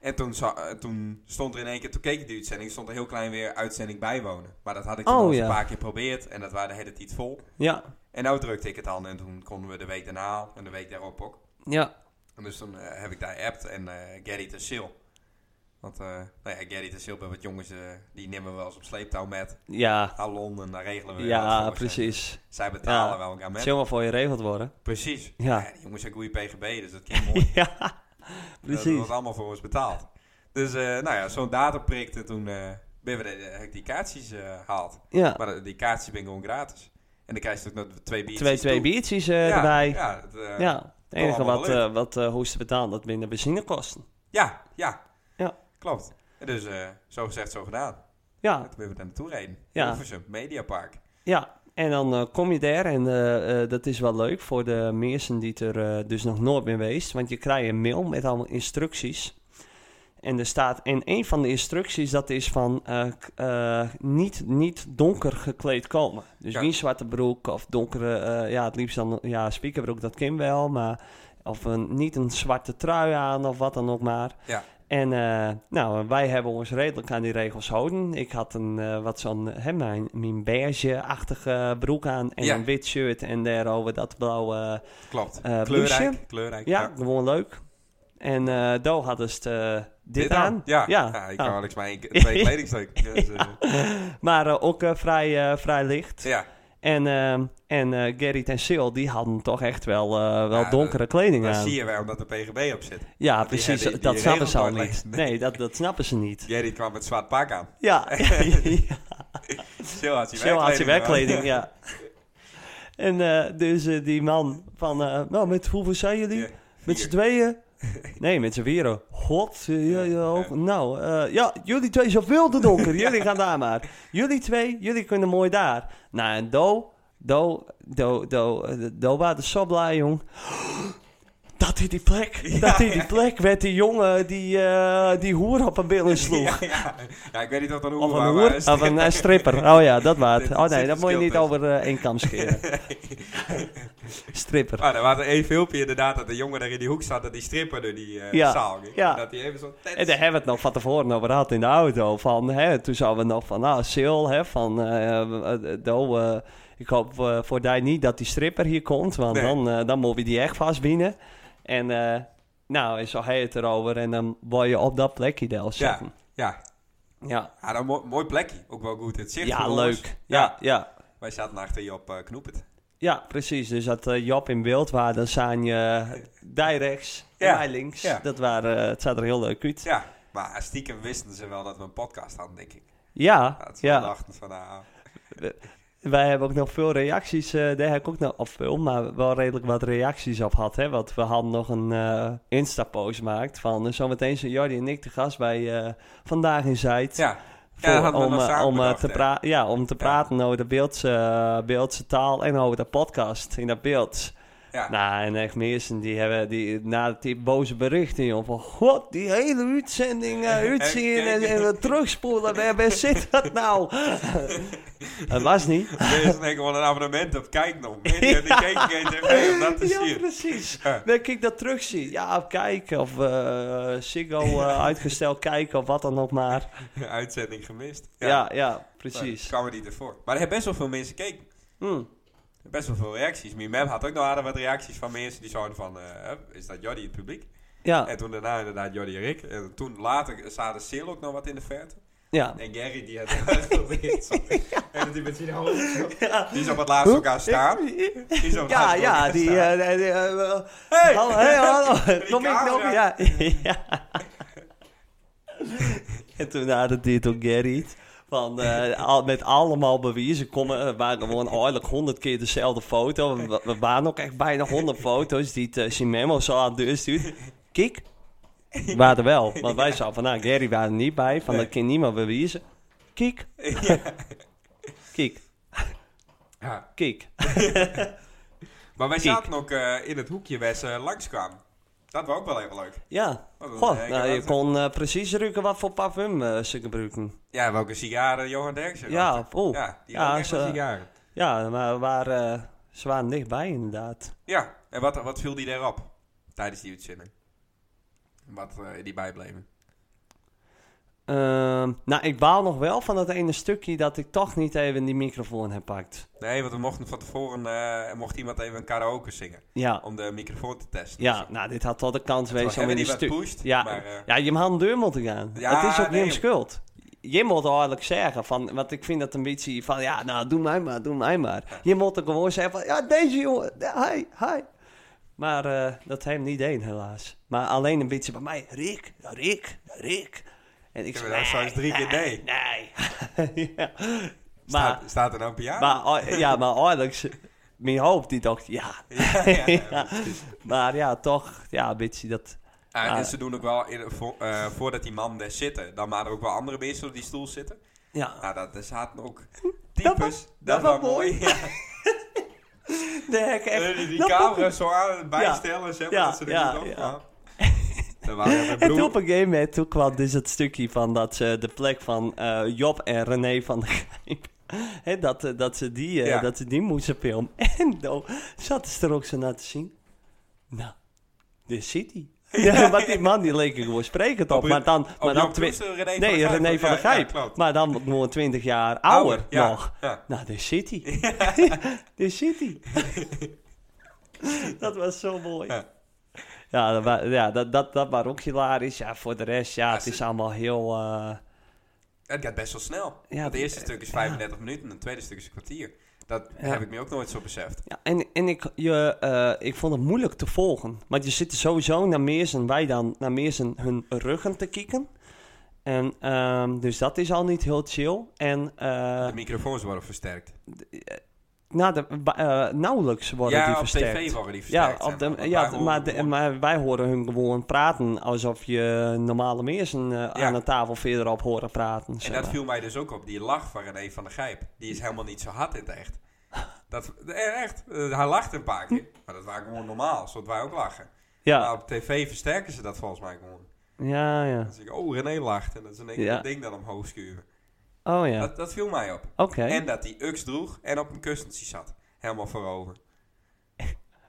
En toen, za- eh, toen stond er in één keer, toen keek ik die uitzending, stond er heel klein weer uitzending bijwonen. Maar dat had ik toen Oh, al eens ja. een paar keer geprobeerd en dat waren de hele tijd vol. Ja, En nou drukte ik het aan en toen konden we de week daarna al en de week daarop ook. ja, En dus toen eh, heb ik daar appt en eh, Gary de Sil. Want eh, nou ja, Gary de Sil bij wat jongens, eh, die nemen we wel eens op sleeptouw met. ja, Naar Londen, daar regelen we weer wat ja, voor ze. precies. Zij betalen Ja. wel elkaar Het met. zal maar voor je regeld (laughs) worden. Precies. Ja. die jongens hebben goede PGB, dus dat kan mooi. (laughs) ja, Dat precies. wordt allemaal voor ons betaald. Dus eh, nou ja, zo'n datum prikt en toen eh ben we de, heb ik die kaartjes eh, gehaald. Ja, Maar eh, die kaartjes ben gewoon gratis. En dan krijg je ook nog twee biertjes twee, twee toe. biertjes eh, ja, erbij. Ja, Ja, het, eh, het enige allemaal wat, leuk. eh wat eh, hoesten betaalt, dat minder benzinekosten. ja, ja. Ja. Klopt. En dus eh, zo gezegd, zo gedaan. En Ja, toen ben we daar naartoe reden. Ja. Hilversum, Mediapark. Ja, en dan eh, kom je daar en eh, eh, dat is wel leuk voor de mensen die er eh, dus nog nooit mee geweest. Want je krijgt een mail met allemaal instructies. En er staat, en een van de instructies dat is van eh, k- eh, niet, niet donker gekleed komen. Dus Ja. geen zwarte broek of donkere, eh, ja het liefst dan, ja spiekerbroek dat kan wel, maar of een, niet een zwarte trui aan of wat dan ook maar. Ja. En eh, nou, wij hebben ons redelijk aan die regels houden. Ik had een, eh, wat zo'n, hè, mijn, mijn beige-achtige broek aan en Ja. een wit shirt en daarover dat blauwe... Klopt. Eh, kleurrijk. bloesje. Kleurrijk. Ja, gewoon leuk. En eh Do had dus eh, dit, Dit aan. aan? Ja. Ja. ik Nou, kan Alex maar één (laughs) keer- twee kledingstukken. Dus, eh, Maar eh, ook eh, vrij, eh, vrij licht. ja. En, ehm en eh Gerrit en Sil, die hadden toch echt wel, eh, wel Ja, donkere kleding Dan aan. zie je wel dat er PGB op zit. Ja, die precies. hebben- die dat snappen ze al regels nooit niet. lezen. Nee, dat, dat snappen ze (laughs) niet. Jerry kwam met zwart pak aan. Ja, (laughs) ja. Sil had Zo had je werkkleding aan. werkkleding, ja. En eh, dus eh, die man van, eh, nou, met hoeveel zijn jullie? Ja, Met vier. z'n (laughs) tweeën? Nee, met z'n vieren. God, eh, ja, ja, ook- nou, eh, ja, jullie twee zijn veel te (laughs) donker. Jullie gaan daar maar. Jullie twee, jullie kunnen mooi daar. Nou, en Do, Do, Do, Do, eh, Do waren zo blij, jong. (gasps) Dat hij die plek, dat hij die plek werd, die jongen die, eh, die hoer op een billen (laughs) sloeg. Ja, ja. ja, ik weet niet of dat een Of hoer een was, hoer, maar- of een eh, stripper. Oh ja, dat (laughs) was Dit- het. Oh dit nee, dat moet je verschil niet tussen. over eh, één (laughs) kam scheren. Stripper. (laughs) Ah, er was één filmpje inderdaad dat de jongen daar in die hoek zat, dat die stripper door die eh, Ja, zaal ging. ja. Dat hij even zo... En daar hebben we het nog van tevoren over gehad in de auto. Van, hè, toen zouden we nog van, nou, Sil, hè, van, eh, eh, eh, Do, eh, ik hoop eh, voor die niet dat die stripper hier komt, want Nee. dan, eh, dan moet je die echt vastbinden. En eh, nou, en zo heet het erover en dan word je op dat plekje daar Ja, zitten. ja. Ja, ja dat mooi, mooi plekje. Ook wel goed in het ja, zicht. voor ons. leuk. Ja, ja. Wij zaten achter je op eh Knoepert. Ja, precies. Dus dat eh, Job in beeld waar, dan staan je die rechts en Ja, wij links. ja. Dat waren, eh, het zat er heel leuk uit. Ja, maar stiekem wisten ze wel dat we een podcast hadden, denk ik. Ja, Dat ze wel ja. dachten van, nou, Wij hebben ook nog veel reacties, eh, daar heb ik ook nog, of veel, maar wel redelijk wat reacties op gehad. Hè? Want we hadden nog een eh Insta-post gemaakt van eh, zometeen zijn Jordi en ik te gast bij eh, Vandaag in Zuid. ja, Voor- dat hadden we om, nog eh, samen om, eh, bedacht, te hè. pra- ja, om te Ja. praten over de beeldse, eh, beeldse taal en over de podcast in dat beeld. ja. Nou, en echt mensen die hebben die, na die boze berichten, joh, van god, die hele (laughs) uitzending eh, uitzien en, en we terugspoelen, waar, waar zit (laughs) dat nou? Het was niet. (laughs) Er is denk ik wel een abonnement op Kijk nog. Die (laughs) die keek geen tv om dat te ja, zien. precies. Ja. Dat ik dat terugzie. Ja, of kijken of eh Siggo eh, uitgesteld kijken of wat dan ook maar. Uitzending gemist. Ja, ja, precies. precies. kwam er niet ervoor. Maar er hebben best wel veel mensen gekeken. Hm. Best wel veel reacties. Mimem had ook nog aardig wat reacties van mensen die zouden van... eh, is dat Jordi in het publiek? Ja, En toen daarna inderdaad Jordi en Rick. En toen later zaten Sil ook nog wat in de verte. ja. En Gary die had geprobeerd. (laughs) sorry. En die met zijn hoofd. zo. Ja, Die is op het laatst elkaar staan. Die is op het ja, laatst ja elkaar die... staan. eh, die, eh, eh, Hey! Hallo, hey, hallo. Die Kom ik, camera. kom ik, (laughs) ja. ja. En toen hadden die door Gerry van, eh, al, met allemaal bewijzen komen, eh, waren gewoon eigenlijk honderd keer dezelfde foto. We, we waren ook echt bijna honderd foto's die het Simemo zo aan de deur stuurt. Kik, waren wel, want wij zouden van, nou, Gerry waren er niet bij, van dat kan niemand bewijzen. Kik, Ja. kik, Ja. kik. Maar wij Kijk. zaten ook eh, in het hoekje waar ze langskwamen. Dat was ook wel even leuk. Ja, Wat een goh, hekke nou, je wat- kon eh, precies ruiken wat voor parfum eh, ze gebruiken. Ja, welke sigaren Johan Derksen had. Ja, oh. Ja, die Ja, had ook echt ze- wel sigaren. Ja, maar we waren, eh, ze waren dichtbij inderdaad. Ja, en wat, wat viel die daarop tijdens die uitzending? Wat eh, die bijbleven. Ehm, nou, ik baal nog wel van dat ene stukje dat ik toch niet even die microfoon heb pakt. Nee, want we mochten van tevoren eh, mocht iemand even een karaoke zingen Ja, om de microfoon te testen. ja nou, dit had wel de kans geweest om hebben in die die wat stuk... pushed, ja, maar, eh, ja, je had een deur moeten gaan. Ja, het is ook nee. niet schuld. Je moet eigenlijk zeggen, van, want ik vind dat een beetje van, ja, nou, doe mij maar, doe mij maar. Je moet er gewoon zeggen van, ja, deze jongen, ja, hi, hi. Maar eh, dat heeft hem niet deed, helaas. Maar alleen een beetje bij mij, Rick, Rick, Rick. En ik Ik zei, heb daar straks drie keer nee. nee. (laughs) ja. Maar, Staat, staat er nou een piano? maar, oh, ja, maar Alex, mijn hoofd, die dacht, ja. (laughs) ja, ja, ja. (laughs) Ja. Maar ja, toch, ja, een beetje dat... Ah, Ah. en ze doen ook wel, in, vo- eh, voordat die man daar zitten, dan waren er ook wel andere mensen op die stoel zitten. Ja, Nou, dat, er zaten ook Ah. Dat types. Dat, dat was was mooi. Ja, nee, ik (laughs) echt... die die dat- camera zo aan het bijstellen, zeg maar, Ja, dat ze er ja, niet op ja. (laughs) kwamen. Er waren er En broer- toen op een gegeven moment, toen kwam dus het stukje van dat ze de plek van eh, Job en René van de Grijp... Hè, dat, eh, dat, ze die, eh, Ja. dat ze die moesten filmen. (laughs) En dan zat ze er ook zo naar te zien. Nou, dit zit (laughs) hij. Ja, want die man die leek er gewoon sprekend op. Op- maar dan, op maar dan Jan twi- Kroes, eh, René van Nee, der Gijp. René van Ja, der Gijp. ja, klopt. maar dan gewoon 20 jaar ouder, ja, nog. ja. Nou, daar zit hij. (laughs) daar zit hij. dat was zo mooi. Ja. Ja, dat, wa- ja dat, dat, dat was ook hilarisch. Ja, voor de rest, ja, het ze- is allemaal heel... eh, Het gaat best wel snel. Ja, het eerste eh, stuk is 35 minuten en het tweede stuk is een kwartier. Dat Ja. heb ik me ook nooit zo beseft. Ja, en, en ik, je, eh, ik vond het moeilijk te volgen. Want je zit sowieso naar meer zijn, wij dan, naar meer zijn hun ruggen te kijken. En, ehm, dus dat is al niet heel chill. En eh, De microfoons worden versterkt. nou, de, ba- eh, nauwelijks worden ja, die op versterkt. tv worden die ja, versterkt. op de, en dan- ja dan maar, horen we de- gewoon- maar wij horen hun gewoon praten alsof je normale mensen eh, aan de tafel verderop horen praten. zeg En dat maar. viel mij dus ook op. Die lach van René van der Gijp. Die is helemaal niet zo hard in het (laughs) echt. Dat, eh, echt. eh, hij lacht een paar keer. Maar dat waren gewoon normaal. Zodat wij ook lachen. ja. Maar op tv versterken ze dat volgens mij gewoon. ja, ja. Dan zeg ik, oh René lacht. En dat is een Ja. dat ding dan omhoog schuren. Oh ja, oké. Dat, dat viel mij op. En dat hij UX droeg en op een kussentje zat. Helemaal (laughs) voorover.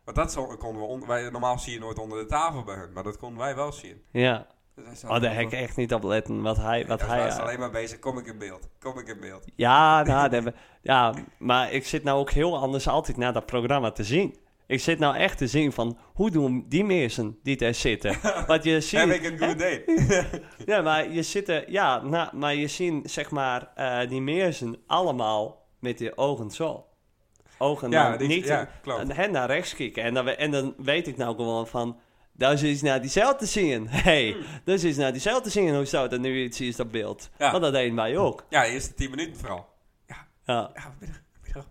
Want dat zo- konden we on- wij, normaal zie je nooit onder de tafel bij hun, maar dat konden wij wel zien. Ja. Dus hij zat- Oh, daar heb ik echt niet op letten wat hij... Wat Hij hij eh, was alleen maar bezig, kom ik in beeld, kom ik in beeld. Ja, nou, dat hebben- ja, maar ik zit nou ook heel anders altijd naar dat programma te zien. Ik zit nou echt te zien van hoe doen die mensen die daar zitten. (laughs) Want je Heb ik ziet, een good date? ja, maar je zit er, ja, nou, maar je ziet zeg maar eh, die mensen allemaal met die ogen zo. Ogen Ja, dan die- niet ja, klopt. en hen naar rechts kijken. En dan, we- en dan weet ik nou gewoon van, dat is naar die cel te zien. (laughs) hey, Hmm. dat is naar die cel te zien. Hoe zou dat nu iets is dat beeld? Ja. Want dat deden wij ook. Ja, de eerste 10 minuten vooral. Ja. Ja, middag, middag.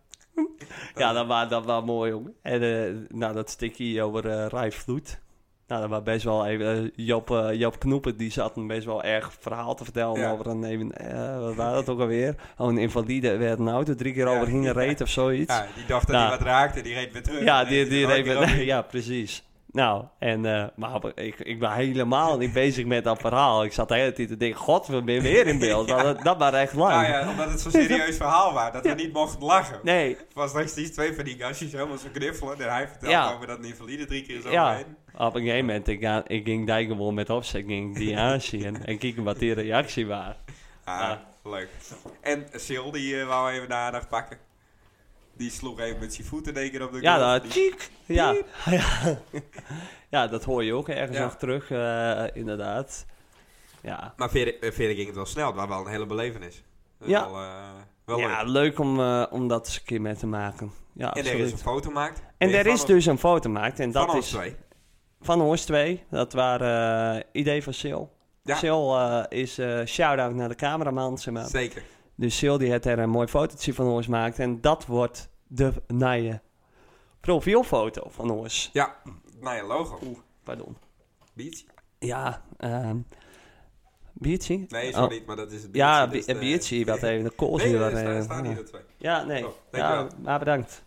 Ja, dat was, dat was mooi, jongen. En eh, nou, dat stukje over eh Rijf Vloed. Nou, dat was best wel even... eh, Job, eh, Job Knoepen, die zat een best wel erg verhaal te vertellen Ja. over een... Even, eh, wat was dat ook alweer? Oh, een invalide werd een auto drie keer Ja, overheen ja. reed of zoiets. Ja, Ja, die dacht dat Nou. hij wat raakte, die reed weer terug. die, die, Oh, even, reed weer- (laughs) ja precies. Nou, en, eh, maar op- ik, ik was helemaal niet bezig met dat verhaal. Ik zat de hele tijd te denken, god, we zijn weer in beeld. Want Dat, dat was echt lang. Nou ja, omdat het zo'n (laughs) serieus verhaal was, dat we niet mochten lachen. Nee, Was straks die twee van die gastjes helemaal zo kniffelen en hij vertelde Ja. over dat een invalide drie keer zo Ja, heen. op een gegeven moment, ik, ga- ik ging daar gewoon met opzet, ging ik (laughs) die aanzien en kijken wat die reactie was. Ah, Ja. leuk. En Sil, die eh, wou even de aandacht pakken. Die sloeg even met zijn voeten in één keer op de Ja, goal. dat, Die- tjiek, ja. (laughs) ja. ja, dat hoor je ook ergens Ja. nog terug, eh, inderdaad. Ja, Maar verder, eh, verder ging het wel snel. Het was wel een hele belevenis. Dat is Ja. Wel, eh, wel ja leuk. leuk om, eh, om dat eens een keer mee te maken. Ja, En er is een foto gemaakt. en Nee, er van is ons- dus een foto gemaakt. En van dat ons is twee. van Horst 2. Dat waren eh, idee van Sil. Ja. Sil eh, is eh shout-out naar de cameraman. Zeg maar. Zeker. Dus Sil die heeft er een mooi fotootje van ons gemaakt. En dat wordt de nieuwe profielfoto van ons. Ja, nou ja, logo. Pardon. Beach? Ja, ehm biertje? Nee, Oh. sorry, maar dat is het beach. Ja, dus bi- een de- biertje, wat even de kool Nee, hier nee, wat er staan- er even. staan hier de twee. Ja, nee. Oh, ja, dankjewel. maar bedankt.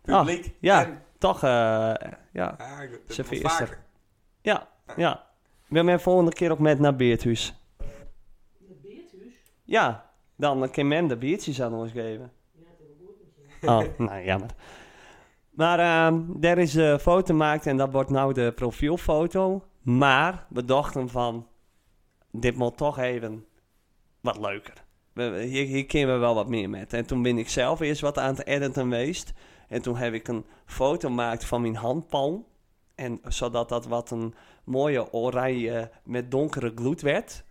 Publiek. ja. en- Toch, eh, ja. Ah, dat moet Serveerster. vaker. Ja, ja. Wil mij volgende keer ook met naar Beerthuis? Ja, dan kan men de biertjes aan ons geven. Oh, nou jammer. Maar ehm daar is een foto gemaakt en dat wordt nou de profielfoto. Maar we dachten van, dit moet toch even wat leuker. We- we- hier, hier kunnen we wel wat meer met. En toen ben ik zelf eerst wat aan het editen geweest. En toen heb ik een foto gemaakt van mijn handpalm. En zodat dat wat een mooie oranje met donkere gloed werd.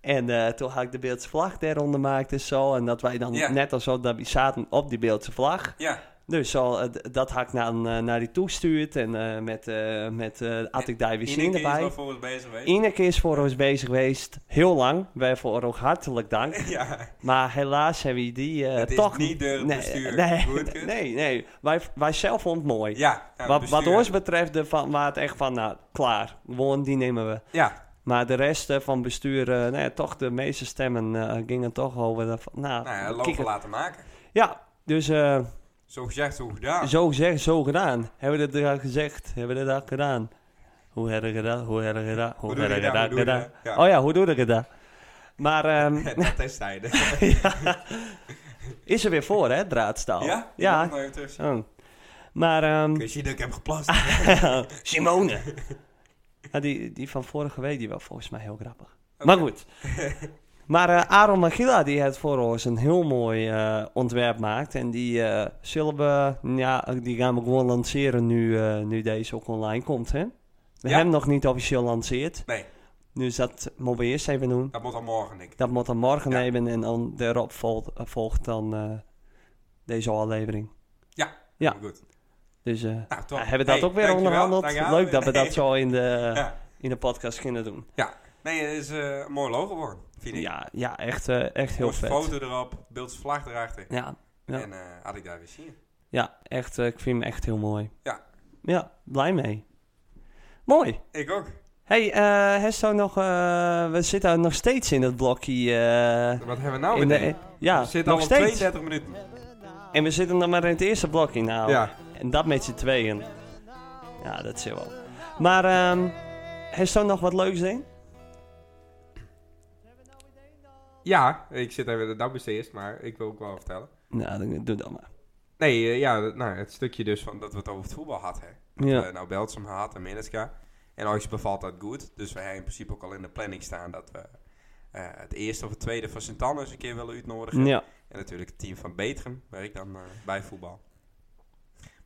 En eh, toen had ik de beeldse vlag daaronder gemaakt en zo. En dat wij dan Ja. net als dat we zaten op die beeldse vlag. Ja, Dus zo, eh, d- dat had ik naar, eh, naar die toestuurd. En eh, met, eh met eh had ik daar weer zin Ineke is erbij. wel voor ons bezig geweest. Ineke is voor ons bezig geweest. Heel lang. Wij voor ook hartelijk dank. (laughs) Ja, Maar helaas hebben we die eh, Het is toch niet door het nee, bestuur Nee, goedgekeurd. nee, nee. Wij, wij zelf vonden het mooi. ja. ja, wat, bestuur. wat ons betreft de van, waar het echt van, nou, klaar. Gewoon die nemen we. Ja, Maar de rest eh, van bestuur, eh, nou ja, toch de meeste stemmen eh, gingen toch over. de van, nou, nou ja, we logo kieken. laten maken. ja, dus eh, Zo gezegd, zo gedaan. zo gezegd, zo gedaan. Hebben we dat daar gezegd? Hebben we dat gedaan? Hoe hebben we dat? Hoe hebben we dat? Hoe doe je dat? Hoe gedaan? doe je dat? Ja. Oh ja, hoe doe ik het dan? Maar ehm, (laughs) Dat is tijden. (laughs) ja. is er weer voor, hè, draadstaal? Ja? Oh, Ja. Nog even terug. Oh. Maar ehm, Kun je zien dat ik heb geplast? Ah, (laughs) Simone. Ja, die, die van vorige week, die was volgens mij heel grappig. Maar goed. (laughs) Maar eh, Aaron Magilla, die het voor ons een heel mooi eh, ontwerp maakt. En die eh, zullen we, ja, die gaan we gewoon lanceren nu, eh, nu deze ook online komt, hè? We Ja. hebben hem nog niet officieel lanceerd. Nee, Dus dat moeten we eerst even doen. dat moet al morgen, ik. Dat moet dan morgen Ja. hebben en dan daarop volgt, volgt dan eh, deze aflevering. Ja. Goed. Dus eh, Nou, top. hebben we dat Hey, ook weer dankjewel. onderhandeld. Daar gaan Leuk dat we (laughs) dat zo in de, Ja. in de podcast kunnen doen. Nee, het is eh, een mooi logo geworden, vind ik. Ja, ja echt, eh, echt heel Mooiste vet. foto erop, beeldse vlag erachter. Ja, Ja. En eh, had ik daar weer zien. ja echt, eh, ik vind hem echt heel mooi. Ja. Ja, blij mee. Mooi. Ik ook. Hey, eh Hesto nog, eh, we zitten nog steeds in het blokje. eh, Wat hebben we nou in weer? de- ding? ja, we zitten nog al op steeds. Nou. 32 minuten. En we zitten dan maar in het eerste blokje nou. Ja. En dat met z'n tweeën. Ja, dat zit wel. Maar ehm Hesto nog wat leuks in? ja, ik zit even de dabbers eerst, maar ik wil ook wel vertellen. Nou, dan doe dat maar. Nee, eh, ja, dat- nou, het stukje dus van dat we het over het voetbal hadden. Hè. Dat Ja. we nou Beltsum hadden en Minneska. En ons bevalt dat goed. Dus we hebben in principe ook al in de planning staan dat we eh, het eerste of het tweede van sint Anne eens een keer willen uitnodigen. Ja. En natuurlijk het team van Betrum, waar ik dan eh, bij voetbal.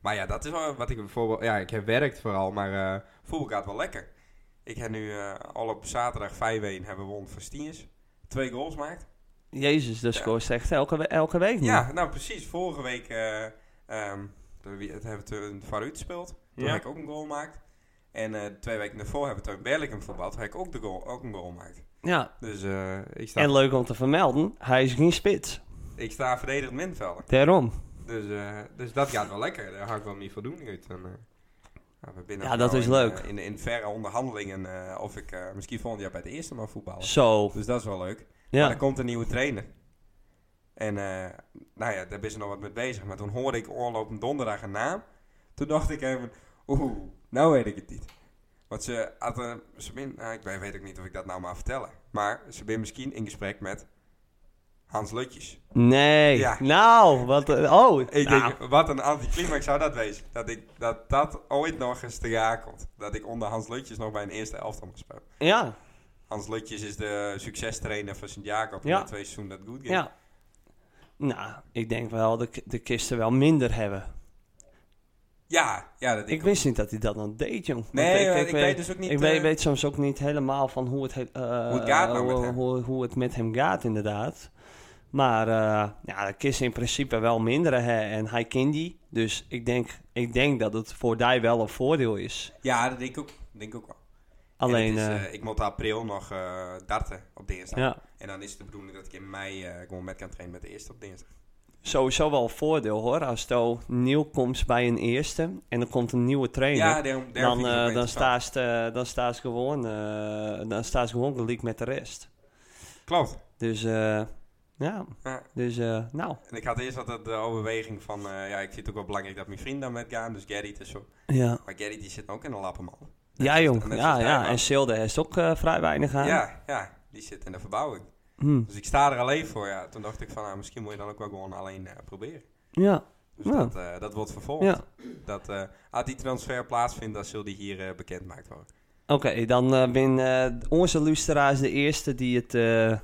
Maar ja, dat is wel wat ik bijvoorbeeld... Ja, ik heb werkt vooral, maar eh, voetbal gaat wel lekker. Ik heb nu eh, al op zaterdag 5-1 hebben we won van Stiers. Twee goals maakt. Jezus, dat Ja. scoort echt elke, we- elke week nu. Ja, nou precies. Vorige week eh ehm, de- wie- het hebben we een Varuit gespeeld. Toen Ja. heb ik ook een goal gemaakt. En eh, twee weken daarvoor hebben we toen Berlikum voetbal. Toen heb ik ook, de goal, ook een goal gemaakt. ja. Dus eh, ik, sta, En leuk om te vermelden, hij is geen spits. ik sta verdedigend middenvelder. Daarom. Dus, eh, dus dat gaat wel lekker. Daar hou ik wel meer voldoening uit. En, eh, nou, we binnen Ja, ook dat nou is in, leuk. eh, in, in verre onderhandelingen eh, of ik eh, misschien volgend jaar bij het eerste maar voetballen. Zo. Dus dat is wel leuk. Maar Ja. er komt een nieuwe trainer. En eh, nou ja, daar ben ze nog wat mee bezig. Maar toen hoorde ik oorlopend donderdag een naam. Toen dacht ik even, oeh, nou weet ik het niet. Want ze had een, ze bin, nou, ik weet- weet ook niet of ik dat nou maar vertellen. Maar ze ben misschien in gesprek met Hans Lutjes. Nee. Ja. Nou, wat. eh, Oh. Ik nou, denk, wat een anticlimax zou dat wezen. Dat, ik, dat dat ooit nog eens te jaar komt. Dat ik onder Hans Lutjes nog bij een eerste elftal moet spelen. Ja. Hans Lutjes is de succestrainer van Sint-Jacob. Ja. In de twee seizoenen dat goed ging. Ja. Nou, ik denk wel dat de kisten wel minder hebben. Ja, ja dat denk Ik ik ook. wist niet dat hij dat dan deed, jong. Want Nee, eh, ik, weet dus ook niet... ik weet, eh, weet soms ook niet helemaal van hoe het, he- eh, Hoe het gaat nou met hoe, hem. hoe- hoe het met hem gaat, inderdaad. Maar eh ja, dat is in principe wel mindere hè, en hij kent die. Dus ik denk, ik denk dat het voor die wel een voordeel is. Ja, dat denk ik ook. Denk ik ook wel. En het Alleen, is, eh, eh, ik moet april nog eh, darten op dinsdag. ja, En dan is het de bedoeling dat ik in mei eh gewoon met kan trainen met de eerste op dinsdag. sowieso wel een voordeel hoor. Als je nieuw komt bij een eerste en er komt een nieuwe trainer. ja, daarom, daarom dan, vind ik het eh ook dan, interessant. staat, eh dan staat ze gewoon, eh, dan staat ze gewoon gelijk met de rest. Klopt. Dus eh, ja, Ja. dus eh, nou, En ik had eerst altijd de overweging van... eh, ja, ik vind het ook wel belangrijk dat mijn vrienden dan met gaan. Dus Gerrit en zo. ja. Maar Gerrit die zit ook in de lappen, man. Ja, jong. net ja, zoals ja. hij, En man. Silde heeft ook eh, vrij weinig aan. Ja, ja. Die zit in de verbouwing. Hm. Dus ik sta er alleen voor, ja. Toen dacht ik van, ah, misschien moet je dan ook wel gewoon alleen eh, proberen. ja. Dus Ja. dat, eh, dat wordt vervolgd. ja. Dat, eh, als die transfer plaatsvindt, dan zal die hier eh, bekendmaakt worden. Oké, dan eh ben eh, onze luisteraars de eerste die het, eh,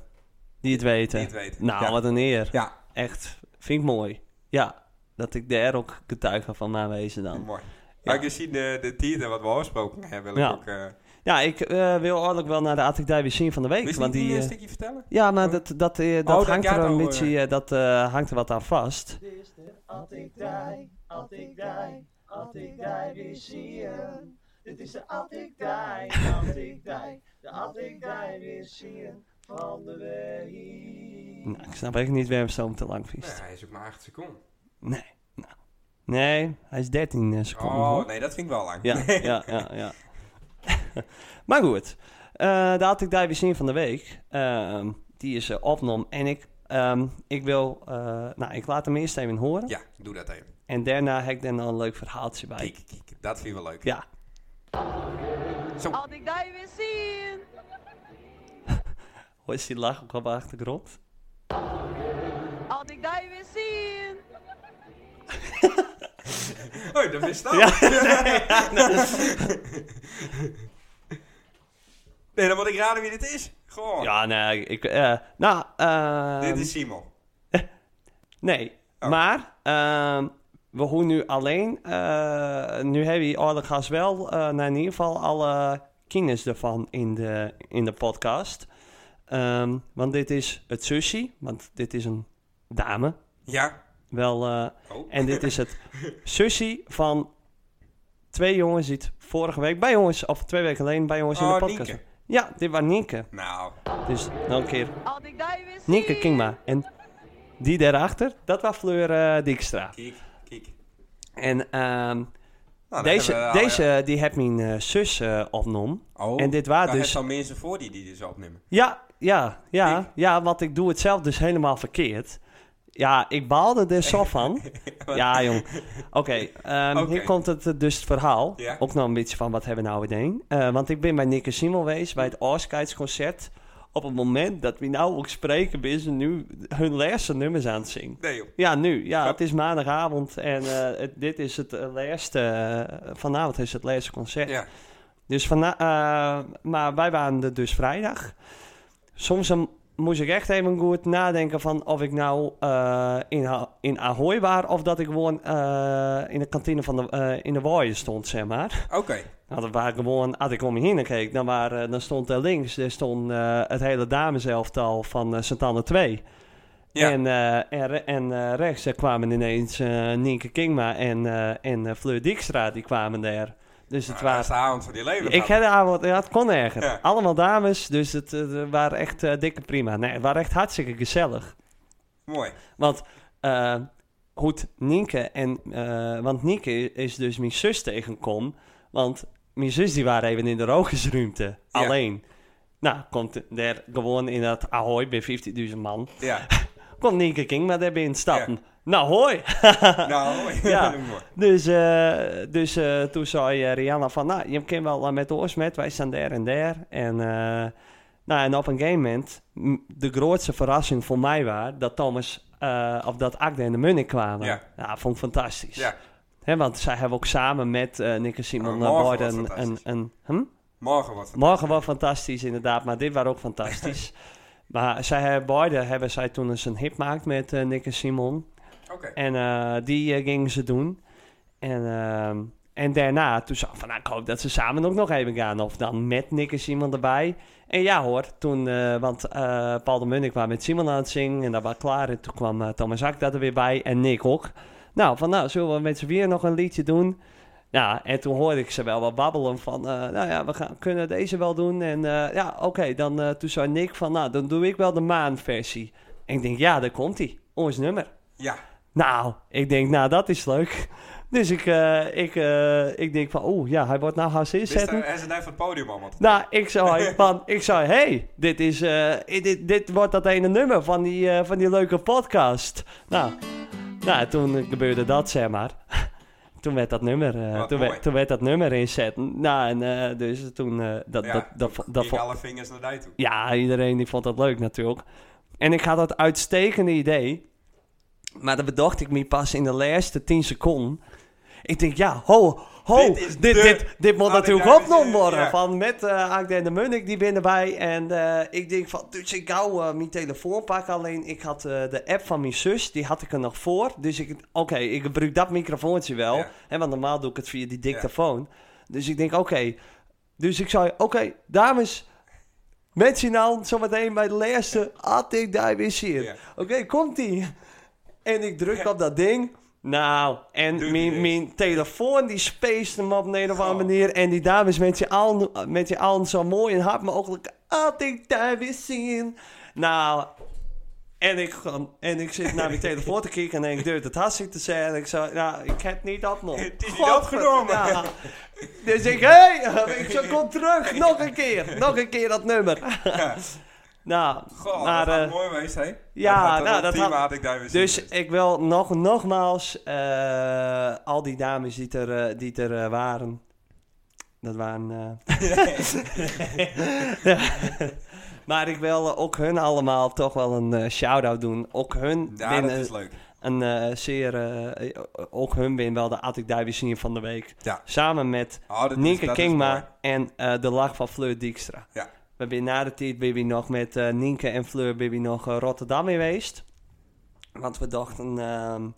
die het weten. Niet weten. Nou, ja. wat een eer. Ja. Echt, vind ik mooi. Ja, dat ik daar ook getuige van mag wezen dan. (laughs) mooi. Ja. Maar ik zie de, de titel wat we afgesproken hebben, wil Ja. ik ook... eh Ja, ik eh, wil eigenlijk wel naar de Attic weer zien van de week. wist je want niet die, een eh, stukje vertellen? Ja, maar dat, dat, eh, dat dat hangt gaat er een over- beetje, eh, dat eh, hangt er wat aan vast. Altijd die, altijd die, altijd die weer zien. Dit is de altijd die, altijd die, de altijd die weer zien van de week. Nou, ik snap echt niet waarom Stoom te lang Nee, viest. hij is ook maar 8 seconden. Nee, nou. Nee, hij is 13 seconden. hoor. Oh, nee, dat vind ik wel lang. Ja, (laughs) ja, ja, ja. (laughs) maar goed, Eh daar had ik daar weer zin van de week. Ehm, die is eh, opgenomen en ik, ehm, ik wil, eh, nou, ik laat hem eerst even horen. Ja, doe dat even. En daarna heb ik dan een leuk verhaaltje bij. Kijk, kijk, dat vind ik wel leuk. Ja, Als ik die weer zie. hoor je die lach ook op de achtergrond? Als ik die weer zie. Oh, dat wist ik Ja, (laughs) Nee, dan moet ik raden wie dit is. Gewoon. ja nee, ik, eh, nou, ehm, Dit is Simon. nee, Oh. maar ehm, we hoeven nu alleen, eh, nu hebben we alle gas wel, eh nou in ieder geval alle kennis ervan in de, in de podcast. Ehm, want dit is het sushi, want dit is een dame, Ja. wel, eh, Oh. en dit is (laughs) het sushi van twee jongens die het vorige week bij ons, of twee weken geleden bij ons in Oh, de podcast. Nienke. Ja, dit was Nienke. Nou, Dus nog een keer Als ik die weer zie. Nienke Kingma. En die daarachter, dat was Fleur eh, Dijkstra. kijk, kijk. En ehm, Nou, dan hebben deze, we al- deze die heb mijn eh, zus eh opnomen. Oh, en dit waren daar dus- heeft al mensen voor die die dus opnemen. Ja, ja, ja, Ik? ja, want ik doe het zelf dus helemaal verkeerd. Ja, ik baalde er (laughs) zo van. ja, jong. Oké, ehm, Oké. hier komt het, eh, dus het verhaal. Ja. Ook nog een beetje van wat hebben we nou gedaan. Eh, want ik ben bij Nikke Simon geweest bij het Oorskheidsconcert. Op het moment dat we nou ook spreken, ben ze nu hun laatste nummers aan het zingen. Nee, joh. Ja, nu. Ja, Ja. het is maandagavond en eh, het- dit is het eh, laatste... eh, vanavond is het laatste concert. Ja. Dus vana- eh, maar wij waren er dus vrijdag. Soms dan moest ik echt even goed nadenken van of ik nou eh, in, Ha- in Ahoy was of dat ik gewoon eh, in de kantine van de, eh, in de Waaien stond, zeg maar. Oké. Nou, dat waren gewoon, als ik om me heen keek, dan, waren, eh, dan stond er links daar stond, eh, het hele dameselftal van eh Santana 2. Ja. En, eh, en, re- en eh, rechts eh, kwamen ineens eh Nienke Kingma en, eh en eh, Fleur Dijkstra, die kwamen daar. Dus het Nou, was dat is de avond van die leven. ik heb daar wat, ja, het kon erger. Ja. Allemaal dames, dus het, eh, waren echt eh, dikke prima. Nee, het waren echt hartstikke gezellig. Mooi. Want, eh, goed, Nienke en, eh, want Nienke is dus mijn zus tegenkom. Want mijn zus die waren even in de rogersruimte, alleen. Nou, komt daar gewoon in dat ahoy bij 50.000 man. (laughs) Ja. Komt Nienke King maar daar binnen stappen. Nou, hoi! nou, mooi. (laughs) Ja. Mooi. Dus, eh, dus eh, toen zei eh, Rihanna van, nou, je kan wel eh, met ons met, wij staan daar en daar. En, eh, nou, en op een gegeven moment, m, de grootste verrassing voor mij was dat Thomas, eh, of dat Akde en de Munnik kwamen. Ja. vond ik fantastisch. Ja. Hè, want zij hebben ook samen met eh Nick en Oh, Simon morgen eh, wordt Boyd een... een, fantastisch. een hm? Morgen wat. (laughs) Morgen wel fantastisch, inderdaad, maar dit was ook fantastisch. Maar zij hebben beide hebben zij toen eens een hit gemaakt met eh, Nick en Simon. Oké. En eh, die eh, gingen ze doen. En, ehm, en daarna, toen zag ik van, nou, ik hoop dat ze samen ook nog even gaan. Of dan met Nick en Simon erbij. En ja hoor, toen, eh, want eh, Paul de Munnik was met Simon aan het zingen. En dat was klaar. En toen kwam eh, Thomas Hak daar er weer bij. En Nick ook. Nou, van nou, zullen we met z'n weer nog een liedje doen? Nou, en toen hoorde ik ze wel wat babbelen van, eh, nou ja, we gaan, kunnen deze wel doen. En eh, ja, oké, dan eh, toen zei Nick van, nou, dan doe ik wel de maanversie. En ik denk, ja, daar komt hij. Ons nummer. Ja, Nou, ik denk, nou, dat is leuk. Dus ik, eh, ik, eh, ik denk van, oeh, ja, hij wordt nou gaan is daar, inzetten. hij is net van het podium al, want Nou, ik (laughs) zei van, ik zei, hey, dit is, eh, dit, dit wordt dat ene nummer van die, eh, van die leuke podcast. Nou, nou, toen gebeurde dat, zeg maar. (laughs) Toen werd dat nummer, eh, Wat toen, mooi. werd, toen werd dat nummer inzet. Nou, en eh, dus toen, eh, dat, Ja, dat, dat, vo- dat, gingen vo- alle vingers naar daar toe. ja, iedereen die vond dat leuk natuurlijk. En ik had dat uitstekende idee. Maar dat bedacht ik me pas in de laatste 10 seconden. Ik denk, ja, ho, ho. Dit Dit, is dit, dit, de- Had moet ik natuurlijk daar eens, opgenomen eh, worden. ja. Van met eh Akde en de Munnik, die binnen bij. En eh, ik denk van, dus ik hou eh, mijn telefoon pakken. Alleen ik had eh, de app van mijn zus, die had ik er nog voor. Dus ik, oké, ik gebruik dat microfoontje wel. Ja. Hè, want normaal doe ik het via die dictafoon. Dus ik denk, oké. Dus ik zei, oké, dames... Met z'n allen zometeen bij de laatste had ik daar weer zin. Ja. Oké, komt-ie. En ik druk op dat ding. Nou, Doe Oh. en niet mijn, eens. mijn telefoon die speest hem op een of andere Goh. manier. En die dames met je allen, met je allen zo mooi en hard mogelijk. Had ik daar weer zien. Nou, en ik, gewoon- en ik zit naar mijn telefoon te kijken en ik durf het hartstikke te zeggen. En ik zei, nou, ik heb het niet opgenomen. Het is niet Godver- Nou, opgenomen. Ja. Dus ik, hé, (laughs) hey, (laughs) ik zei, kom terug, nog een keer. Nog een keer dat nummer. Ja. (laughs) Nou, Goh, maar... dat had eh, mooi geweest, hè? ja, had- nou, dat team had- ik daar weer dus zien. (laughs) ik wil nog, nogmaals eh, al die dames die er, eh, die er eh, waren. Dat waren. eh, (laughs) maar ik wil eh, ook hun allemaal toch wel een eh, shout-out doen. Ook hun Ja, dat winnen is leuk. een eh, zeer. eh, eh, ook hun winnen wel de Attic Diving Senior van de Week. Ja. Samen met Oh, dat is- Nienke dat is mooi. Kingma en eh, de lach van Fleur Dijkstra. Ja. We zijn na de tijd ben we nog met eh, Nienke en Fleur ben we nog eh, Rotterdam in geweest. Want we dachten... ehm,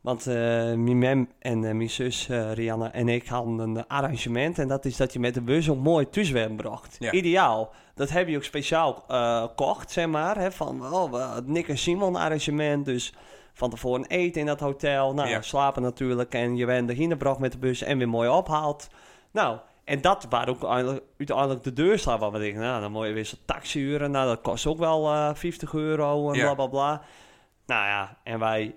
want eh, mijn mem en eh, mijn zus eh, Rianne en ik hadden een arrangement. En dat is dat je met de bus ook mooi thuis werd bracht. Ja. Ideaal. Dat heb je ook speciaal eh gekocht, zeg maar. Hè, van oh, we- het Nick en Simon arrangement. Dus van tevoren eten in dat hotel. Nou, Ja. slapen natuurlijk. En je werd erheen gebracht met de bus en weer mooi ophaalt. Nou, en dat waar ook uiteindelijk, uiteindelijk de deur staat. Waar we denken, nou, dan moet je weer zo'n taxi huren. Nou, dat kost ook wel eh 50 euro en Ja. bla bla bla. Nou ja, en wij...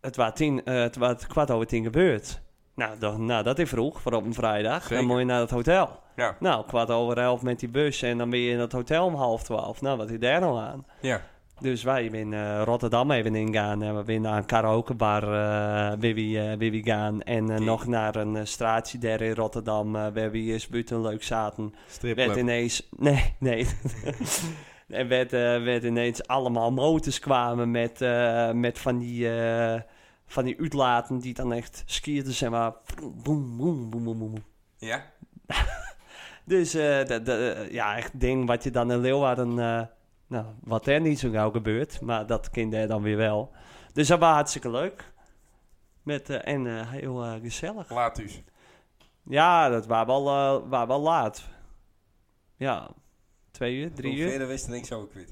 Het was, tien, eh, het was kwart over tien gebeurd. Nou, dan, nou, dat is vroeg voor op een vrijdag. Zeker. Dan moet je naar het hotel. Ja, Nou, kwart over elf met die bus en dan ben je in het hotel om half twaalf. Nou, wat is daar nou aan? ja. Dus wij in eh, Rotterdam even ingaan. En we zijn naar een karaokebar eh weer wie, eh, weer wie gaan. En eh, Die- nog naar een eh, straatje daar in Rotterdam. eh waar we eerst buiten leuk zaten. Werd Stripclub. ineens... (laughs) Nee, nee. en werd, eh, werd ineens allemaal motors kwamen met, eh, met van die... eh, van die uitlaten die dan echt skierden, zeg maar. Boem, boem, boem, boem, boem. Ja, Dus eh, dat, dat, eh, ja, echt ding wat je dan in Leeuwarden... eh, nou, wat er niet zo gauw gebeurt. Maar dat kinderen dan weer wel. Dus dat was hartstikke leuk. Met, eh, en eh, heel eh, gezellig. laat dus. Ja, dat was wel, eh, was wel laat. Ja, twee uur, drie Hoe uur. verder wist ik zo ook weer.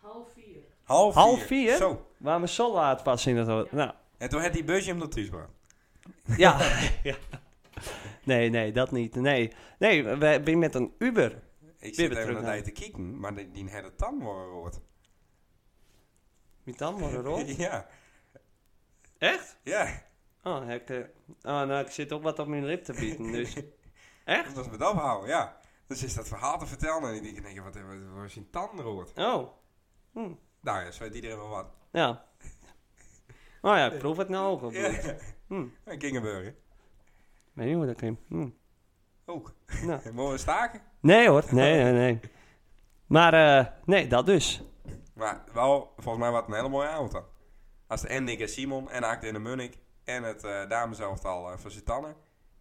Half vier. Half, Half vier? vier? Zo. Waar we zo laat pas in het... ho- Nou, En toen had die busje hem naartoe gebracht. (laughs) ja. ja. Nee, nee, dat niet. Nee, nee we we zijn met een Uber. Ik Weer zit weer even terug naar naar- die te kijken, maar die, die had het dan worden wordt. Met dan maar erop. (laughs) Ja, Echt? ja. Oh, ik, eh, oh, nou, ik zit ook wat op mijn lip te bieden, dus... Dat Echt? was met afhouden, ja. Dus is dat verhaal te vertellen en ik denk, nee, wat, wat, wat is een tandenrood? Oh, Nou ja, zo weet iedereen wel wat. ja. Nou ja, ik proef het nou ook. op. Ja. (laughs) Hm. En Kingenburger. Weet niet hoe dat kan. Hm. Ook. (laughs) Nou. En mogen we staken? Nee hoor, nee, nee, nee. Maar eh, nee, dat dus. Maar wel, volgens mij was het een hele mooie avond dan. Als de en Nick en Simon en Akte en de Munnik en het eh dameselftal eh, van Zitanne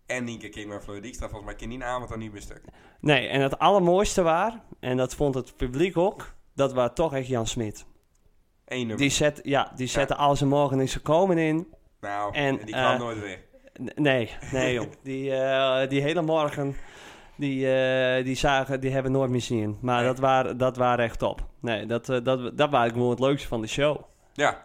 en Nienke King en Fleur Dijkstra, volgens mij kan die avond dan niet meer stuk. Nee, en het allermooiste waar, en dat vond het publiek ook, dat was toch echt Jan Smit. Eén nummer. Die, zet, ja, die zette al zijn morgen in zijn komen in. nou, en, en, die kwam eh, nooit weer. N- Nee, nee joh. Die, eh, die hele morgen, die, eh, die, zagen, die hebben nooit meer zien. Maar Nee. dat waren dat waren echt top. Nee, dat, eh, dat, dat waren gewoon het leukste van de show. Ja,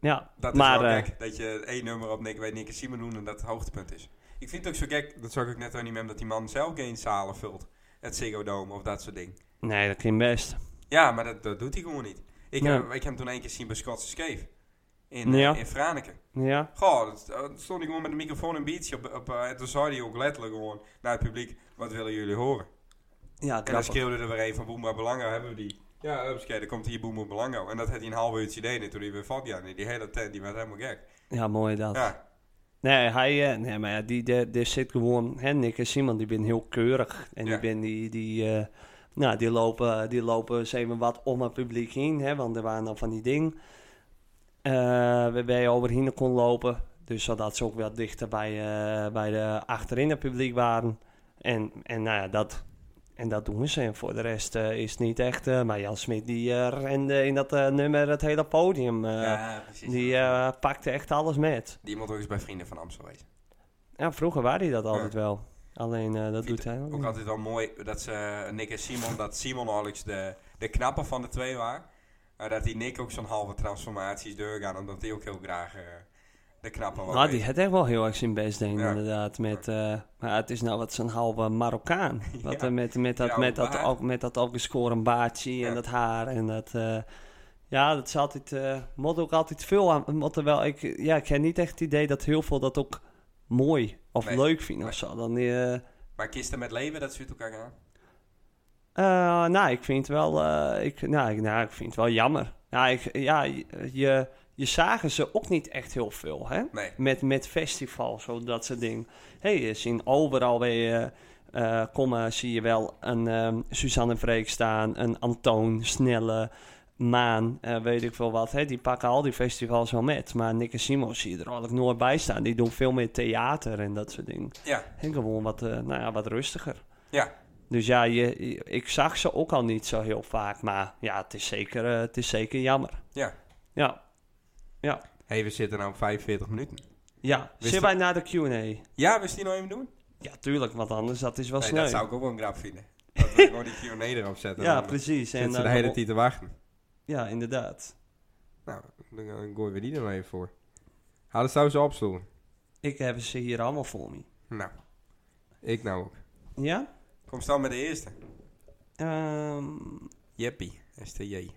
Ja, dat is maar wel eh, gek. Dat je één nummer op Nick, bij Nick en Simon doen en dat het hoogtepunt is. Ik vind het ook zo gek, dat zag ik net al niet meer, dat die man zelf geen zalen vult. Het Ziggo Dome of dat soort dingen. nee, dat klinkt best. Ja, maar dat, dat doet hij gewoon niet. Ik, Nee. heb, ik heb hem toen één keer zien bij Scott's Escape. In, eh, Ja. in Franeker. Ja, Goh, dat- eh, toen stond ik gewoon met een microfoon en beatje op, op eh, en toen zei hij ook letterlijk gewoon naar het publiek, wat willen jullie horen? En ja dan grappig. schreeuwde er weer een van Boemba Belango, hebben we die? Ja, upskate, dan komt hier Boemba Belango. En dat had hij een half uurtje deden toen hij weer valt. Ja, die hele tent, die werd helemaal gek. Ja, mooi dat. Ja, Nee, hij, eh, nee, maar ja, die, die, die zit gewoon, hè, Nick en Simon, die zijn heel keurig. En Ja. die, ben, die, die, eh, nou, die, lopen, die lopen eens even wat om het publiek heen, hè, want er waren dan van die dingen eh, waarbij je overheen kon lopen. Dus zodat ze ook wat dichter bij, eh, bij de achterin het publiek waren. En, en nou ja, dat, en dat doen ze. En voor de rest eh, is het niet echt. eh, maar Jan Smit die eh, rende in dat eh, nummer het hele podium. eh. ja precies. die eh, pakte echt alles met. die moet ook eens bij Vrienden van Amstel wezen. Ja, vroeger waren die dat altijd wel. Alleen eh, dat Vind doet hij ook Ook niet. altijd wel mooi dat ze eh, Nick en Simon, dat Simon Alex de, de knappe van de twee waren. Maar dat die Nick ook zo'n halve transformaties doorgaan, omdat hij ook heel graag eh, de knappe was. Nou, die had echt wel heel erg zijn best deed, Ja. inderdaad. Met, eh, maar het is nou wat zo'n halve (laughs) Marokkaan. Wat, Ja. eh, met, met, dat, Ja, met, dat, waar. ook, met dat opgeschoren baardje en Ja. dat haar en dat... eh, ja, dat is altijd... eh moet ook altijd veel aan... Moet er wel, ik, ja, ik heb niet echt het idee dat heel veel dat ook mooi of Nee. leuk vinden of Nee. zo. Dan, eh, Maar kisten met leven, dat zuurt elkaar aan. Eh, nou, ik vind het wel, eh, ik, nou, ik, nou, ik vind het wel jammer. Nou, ik, ja, je- je, je zagen ze ook niet echt heel veel, hè? Nee. Met, met festivals, zo dat soort dingen. Hé, hey, je ziet overal weer... eh eh, komen, zie je wel een ehm, Suzanne Vreek staan, een Antoon, Snelle, Maan, eh, weet ik veel wat. Hè? Die pakken al die festivals wel met. Maar Nick en Simon zie je er eigenlijk nooit bij staan. Die doen veel meer theater en dat soort dingen. Ja. En gewoon wat, eh, nou ja, wat rustiger. Ja. Dus ja, je, je- ik zag ze ook al niet zo heel vaak. Maar ja, het is zeker, eh, het is zeker jammer. Ja. Ja. hey, we zitten nou op 45 minuten. Ja. Wist Zitten dat- wij naar de Q&A? Ja, wist die nou even doen? Ja, tuurlijk. Want anders, dat is wel Nee, sneu. dat zou ik ook wel een grap vinden. Dat we gewoon die (laughs) Q&A erop zetten. Ja, Dan precies. zitten ze eh, de hele tijd te wachten. Ja, inderdaad. Nou, dan, dan gooien we die er maar even voor. Hadden zou ze opstoelen. Ik heb ze hier allemaal voor me. Nou, ik nou ook. Ja? Kom staan met de eerste. Ehm, Jeppie, STJ.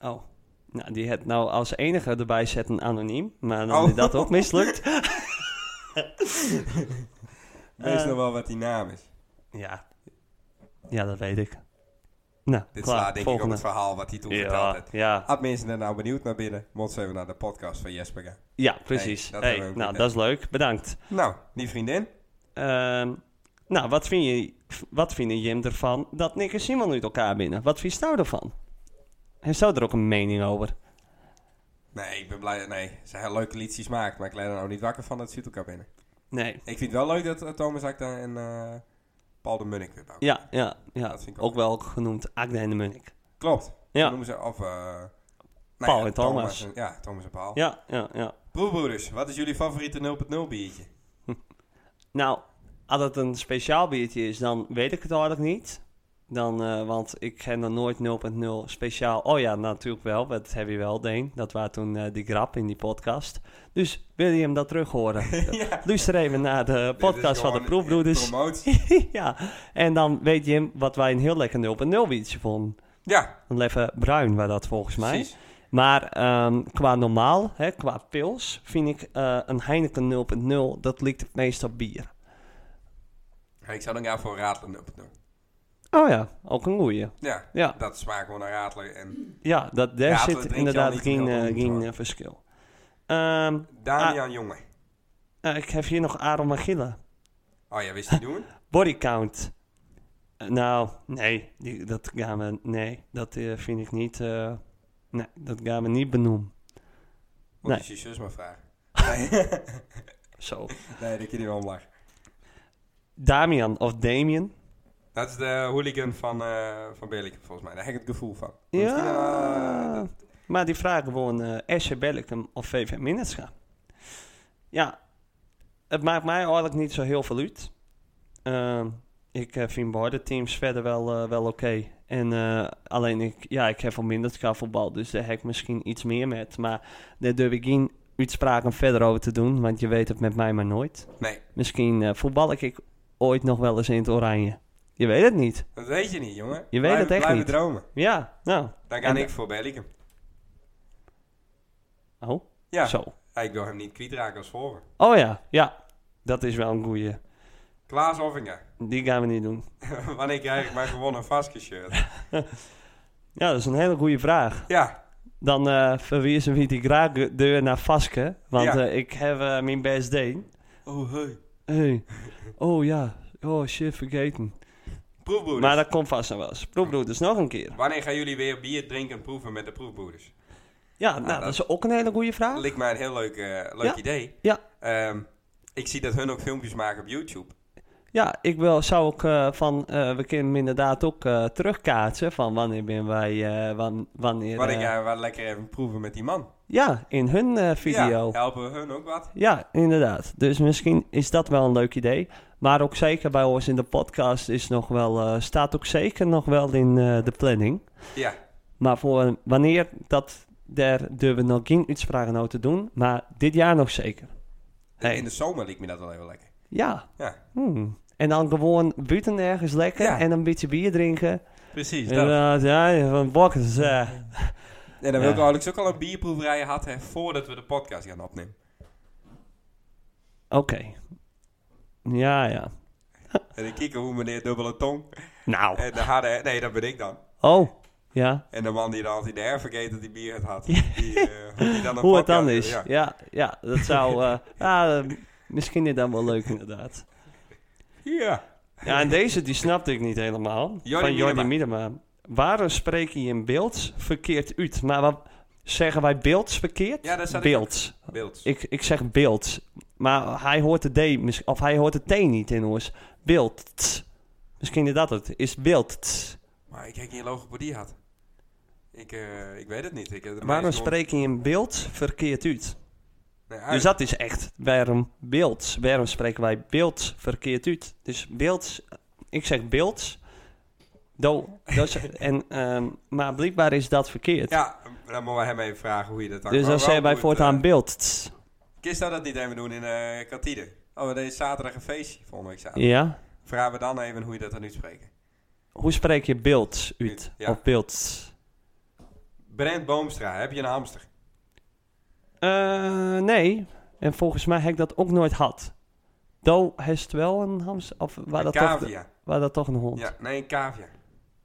oh. Nou, die het nou als enige erbij zetten anoniem. Maar dan Oh. is dat ook (laughs) mislukt. Wees Eh. nog wel wat die naam is. ja. Ja, dat weet ik. Nou, Dit klaar. slaat denk ik op Volgende. het verhaal wat hij toen verteld ja, heeft. ja, Had mensen er nou benieuwd naar binnen, moet ze even naar de podcast van Jesper gaan. ja, precies. Hey, dat Hey, hebben we ook nou, niet, dat is leuk. Bedankt. Nou, die vriendin. Ehm, nou, wat vind je, wat vinden Jim ervan dat Nick en Simon nu elkaar binnen? Wat vind je nou ervan? Heeft zou er ook een mening over? Nee, ik ben blij. Nee, ze heel leuke liedjes maakt, maar ik leid er nou niet wakker van dat ze elkaar binnen. Nee. Ik vind het wel leuk dat eh, Thomas Akda en eh, Paul de Munnik weer bouwen. Ja, ja, ja. Dat vind ik ook Ook wel genoemd Akda en de Munnik. Klopt. Ja. Zo noemen ze, of, eh, nou Paul en Thomas. en- ja, Thomas en Paul. Ja, ja, ja. Broerbroeders, wat is jullie favoriete 0.0 biertje? Nou, als het een speciaal biertje is, dan weet ik het eigenlijk niet. Dan, eh, want ik ken er nooit 0.0 speciaal. Oh ja, natuurlijk wel. Dat heb je wel, Deen. Dat was toen eh, die grap in die podcast. Dus wil je hem dat terug horen? (laughs) ja. Luister even naar de Dit podcast is van de gewoon Proefbroeders. Promotie. (laughs) ja, en dan weet je hem wat wij een heel lekker 0.0 biertje vonden. Ja, Een Leffe Bruin was dat volgens mij. precies. Maar ehm, qua normaal, hè, qua pils, vind ik eh, een Heineken 0.0, dat lijkt het meest op bier. Ja, ik zou dan gaan voor Radler 0.0. Oh ja, ook een goeie. Ja, Ja, dat smaakt gewoon naar Radler. En ja dat, daar Ja, dat zit drink je al inderdaad niet geen, heel eh, goed, geen hoor. eh, verschil. Ehm, Damian Jongen. eh, ik heb hier nog Aaron Magilla. Oh ja, wist je die (laughs) doen? Body count. Eh, nou, nee, die, dat gaan we, nee, dat eh, vind ik niet, eh, nee, dat gaan we niet benoemen. Moet Nee. je je zus maar vragen. (laughs) Zo. Nee, dat kan je wel om lachen. Damian of Damien. Dat is de hooligan van, eh van Berlikum, volgens mij. Daar heb ik het gevoel van. Misschien, eh, Ja. dat- Maar die vragen gewoon eh SC Bellingham of VV Minnetscha. Ja, het maakt mij eigenlijk niet zo heel veel uit. Ehm, ik eh, vind beide teams verder wel, eh, wel oké. En eh, alleen ik, ja, ik heb van Minnetscha voetbal, dus daar heb ik misschien iets meer met. Maar daar durf ik geen uitspraken verder over te doen, want je weet het met mij maar nooit. nee, Misschien eh, voetbal ik ooit nog wel eens in het oranje. Je weet het niet. dat weet je niet, jongen. Je weet Blijven- het echt blijven niet. dromen. Ja, nou. Daar ga En- ik voor Berlikum. Oh, Ja, zo. ik wil hem niet kwijtraken als volger. Oh ja, ja. Dat is wel een goeie. Klaas Offinga. Die gaan we niet doen. (laughs) Wanneer krijg ik mijn gewonnen Vasquez shirt? Ja, dat is een hele goede vraag. (laughs) Ja, Dan eh verwezen we die graag de deur naar Vaske. Want Ja. eh, ik heb eh, mijn best deen. Oh, hey. Hey. Oh ja. Oh shit, vergeten. Proefbroeders. Maar dat komt vast nog wel eens. Proefbroeders, nog een keer. Wanneer gaan jullie weer bier drinken en proeven met de proefbroeders? Ja, nou, dat- dat is ook een hele goede vraag. Dat lijkt mij een heel leuk, eh, leuk Ja. idee. Ja. Ehm, ik zie dat hun ook filmpjes maken op YouTube. Ja, ik wil, zou ook eh, van, eh, we kunnen hem inderdaad ook eh, terugkaatsen van wanneer ben wij, eh, wan- wanneer... Wat ik eh, eh, wat lekker even proeven met die man. ja, in hun eh, video. Ja, helpen we hun ook wat? Ja, inderdaad. Dus misschien is dat wel een leuk idee. Maar ook zeker bij ons in de podcast is nog wel, eh, staat ook zeker nog wel in eh, de planning. Ja, Maar voor wanneer, dat, daar durven we nog geen uitspraken over te doen. Maar dit jaar nog zeker. Hey. in de zomer liep me dat wel even lekker. Ja. Ja, Hmm. En dan gewoon buiten ergens lekker Ja. en een beetje bier drinken. precies. Inderdaad, ja, van bokkers. eh. En dan wil ik Ja. eigenlijk ook al een bierproeverij gehad hebben voordat we de podcast gaan opnemen. Oké. Ja, ja. En dan kieken hoe meneer Dubbele Tong. Nou. En de harde, nee, dat ben ik dan. Oh, ja. En de man die dan altijd de air vergeet dat hij bier het had. Ja. Die, eh, hoe die dan een (laughs) Hoe het podcast dan doet, is. Ja, ja. ja, dat zou. eh, (laughs) ja, eh, misschien is dat wel leuk, inderdaad. Ja. Ja, en deze die snapte ik niet helemaal. Jordi van Jordi Miedema. Miedema. Waarom spreek je in beeld verkeerd uit? Maar wat zeggen wij beelds verkeerd? Ja, daar zat ik beelds. Beelds. Ik, ik zeg beelds. Maar hij hoort de D mis- of hij hoort de T niet in ons. Beeld. Misschien is dat het. Is beeld. Maar ik heb geen logopedie had. Ik, eh, ik weet het niet. Ik, heb Waarom spreek je in beeld verkeerd uit? Dus dus dat is echt waarom beeld. Waarom spreken wij beeld verkeerd uit? Dus beeld, ik zeg beeld. Do, do, (laughs) en, ehm, maar blijkbaar is dat verkeerd. Ja, dan moeten we hem even vragen hoe je dat dan Oh, dus wel- eh, dan zeggen wij wel voortaan moet, beeld. eh, Kist zou dat niet even doen in eh kantine? Oh, we deden zaterdag een feestje, volgende week zaterdag. Ja. Vragen we dan even hoe je dat dan uitspreekt. Hoe spreek je beeld uit? Ja. Of beeld? Brent Boomstra, heb je een hamster? Eh, nee. En volgens mij heb ik dat ook nooit gehad. Do heeft wel een hamster. Of waar een dat, toch, cavia. waar dat toch een hond? Ja, nee, een cavia.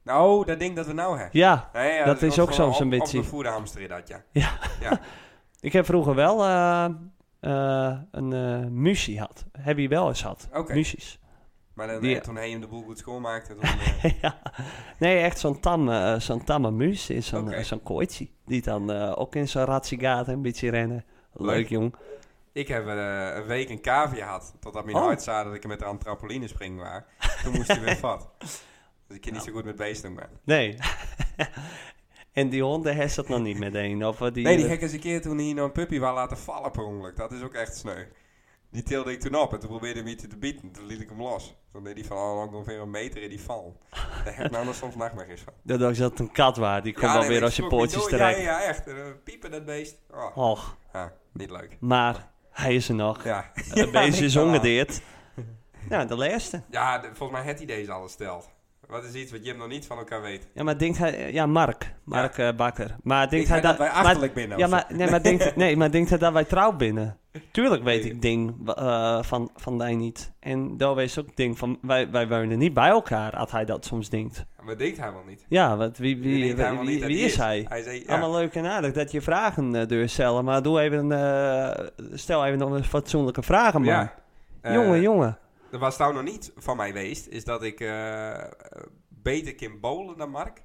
Nou, dat ding dat we nou hebben. ja. Nee, ja, Dat is was ook gewoon soms een op- beetje- Opgevoerde hamster in dat, ja. Ik heb vroeger wel eh, eh, een eh muzie gehad. Heb je wel eens gehad. Oké. Muzies. Maar dan, Die- eh, toen hij hem de boel goed schoonmaakte, toen... eh, (laughs) ja. Nee, echt zo'n tamme, eh, zo'n tamme muus in zo'n Oké. eh, zo'n kooitje. Die dan eh, ook in zo'n ratsie gaat en een beetje rennen. Leuk, Leuk. jong. Ik heb eh, een week een cavia gehad. Totdat mijn Oh. hart zei dat ik met haar aan het trampoline springen was. Toen moest hij weer (laughs) vat. Dus ik kan niet zo goed met beesten maar. Nee. (laughs) en die honden heeft dat nog niet meteen. Of eh, die, Nee, die hek is een keer toen hij nou een puppy wou laten vallen per ongeluk. Dat is ook echt sneu. Die tilde ik toen op en toen probeerde hij te bieden. Toen liet ik hem los. Toen deed hij van oh, lang ongeveer een meter in die val. Daar heb ik nou nog soms nachtmerries van. dat dacht ik dat het een kat was. Die komt Ja, wel nee, weer ik als je schrok niet poortjes door. Ja, trekt. ja, echt. En, eh, piepen dat beest. Oh. Och, Ja, niet leuk. maar hij is er (laughs) nog. Eh, Ja. Het beest is Ja, ongedeerd. (laughs) nou, de laatste. Ja, de- volgens mij had hij deze al stelt. Wat is iets wat Jim nog niet van elkaar weet? Ja, maar denkt hij... Ja, Mark. Mark eh, Bakker. Maar denkt Ik zei hij dat dat... wij maar- achterlijk binnen. Ja, of zo. maar, nee, maar (laughs) denkt, nee, maar denkt hij dat wij trouw binnen? Tuurlijk weet ik ding eh, van, van wij niet. En daar is ook ding van, wij, wij wonen niet bij elkaar, had hij dat soms denkt. Maar denkt hij wel niet. Ja, want wie, wie, denkt wie, helemaal wie- niet dat wie die is hij? Hij zei, ja. Allemaal leuk en aardig dat je vragen eh durft stellen, maar doe even, eh, stel even nog eens fatsoenlijke vragen, man. Ja. Eh, jongen, jongen. Er was nou nog niet van mij geweest, is dat ik eh, eh, beter kan bowlen dan Mark,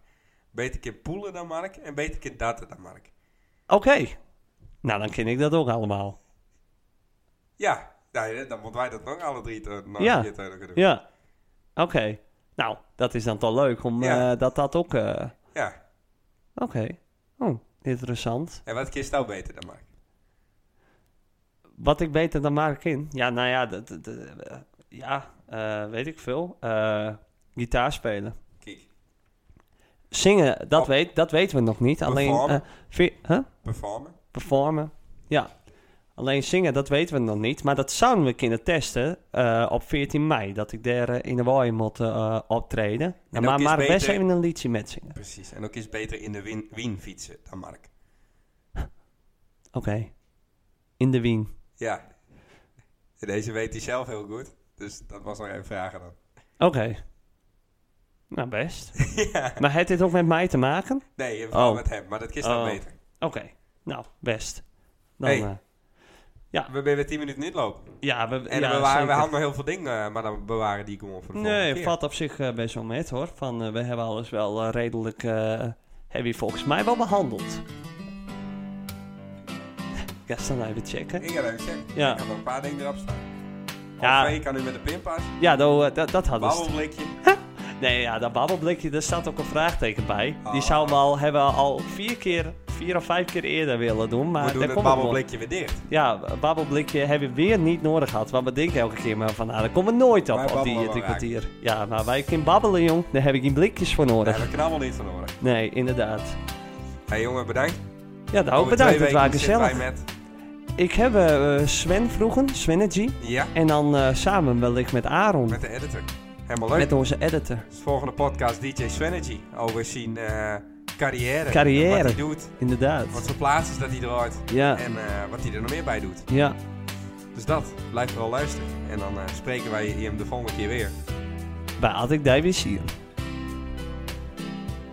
beter kan poelen dan Mark en beter kan darten dan Mark. Oké. Nou, dan ken ik dat ook allemaal. Ja, nou, ja, dan moeten wij dat nog alle drie te, nog Ja. een keer te- te doen. Ja. Oké. Nou, dat is dan toch leuk om Ja. eh, dat dat ook... eh, Ja. Oké. Oh, interessant. En wat kun je nou beter dan maken? Wat ik beter dan maak ik in? Ja, nou ja, dat, dat- dat- eh, ja eh, weet ik veel. Eh, gitaar spelen. Kijk, Zingen, dat, Op- weet, dat weten we nog niet. Alleen Oh. Performen. eh, vi- huh? performen. performen. Ja. Alleen zingen, dat weten we nog niet. Maar dat zouden we kunnen testen eh, op 14 mei. Dat ik daar eh, in de waai moet eh, optreden. En ook maar is maar best beter- even een liedje met zingen. Precies. En ook is beter in de win, wien fietsen dan Mark. Oké. In de wien. Ja. Deze weet hij zelf heel goed. Dus dat was nog even vragen dan. (laughs) Oké. Nou, best. ja. Maar heeft dit ook met mij te maken? Nee, in verband Oh. met hem. Maar dat is dan Oh. beter. Oké. Nou, best. Dan, Hey. eh, We zijn weer 10 minuten niet lopen. ja, we, En ja, we, waren, we zeker. hadden nog heel veel dingen, eh, maar dan bewaren die gewoon voor de volgende Nee, keer. valt op zich eh, best wel met hoor. Van, eh, we hebben alles wel eh, redelijk... eh heb je volgens mij wel behandeld. (laughs) Ik ga snel nou even checken. Ik ga even checken. Ja. Ik heb nog een paar dingen erop staan. Ja. Ja. Twee kan u met de pinpas. Ja, nou, eh, dat, dat Ah, hadden we. Babbelblikje. Nee, ja, dat babbelblikje, daar staat ook een vraagteken bij. Ah. Die zouden we al, hebben we al vier keer, vier of vijf keer eerder willen doen. Maar We doen daar het komen we op. babbelblikje weer dicht. Ja, babbelblikje hebben we weer niet nodig gehad. Want we denken elke keer maar van, nou, daar komen we nooit op, Wij op die babbelen eh, drie wel kwartier. Ja, maar wij kunnen babbelen, jong. Daar heb ik geen blikjes voor Daar nodig. hebben we knallen niet van horen. Nee, inderdaad. Hé jongen, bedankt. Ja, nou, Over bedankt. twee Het waren weken zitten gezellig. wij met... Ik heb eh, eh, Sven vroegen, Svenergy. Ja, En dan eh, samen wellicht met Aaron, met met, de editor. Helemaal leuk. onze editor. Dus volgende podcast DJ Swanergy over zijn eh, carrière. Carrière. Wat hij doet, wat Inderdaad. voor plaatsen dat hij draait Ja, en eh, wat hij er nog meer bij doet. ja. Dus dat, blijf vooral luisteren. En dan eh, spreken wij hem de volgende keer weer. Bij Altijd Dijwissier.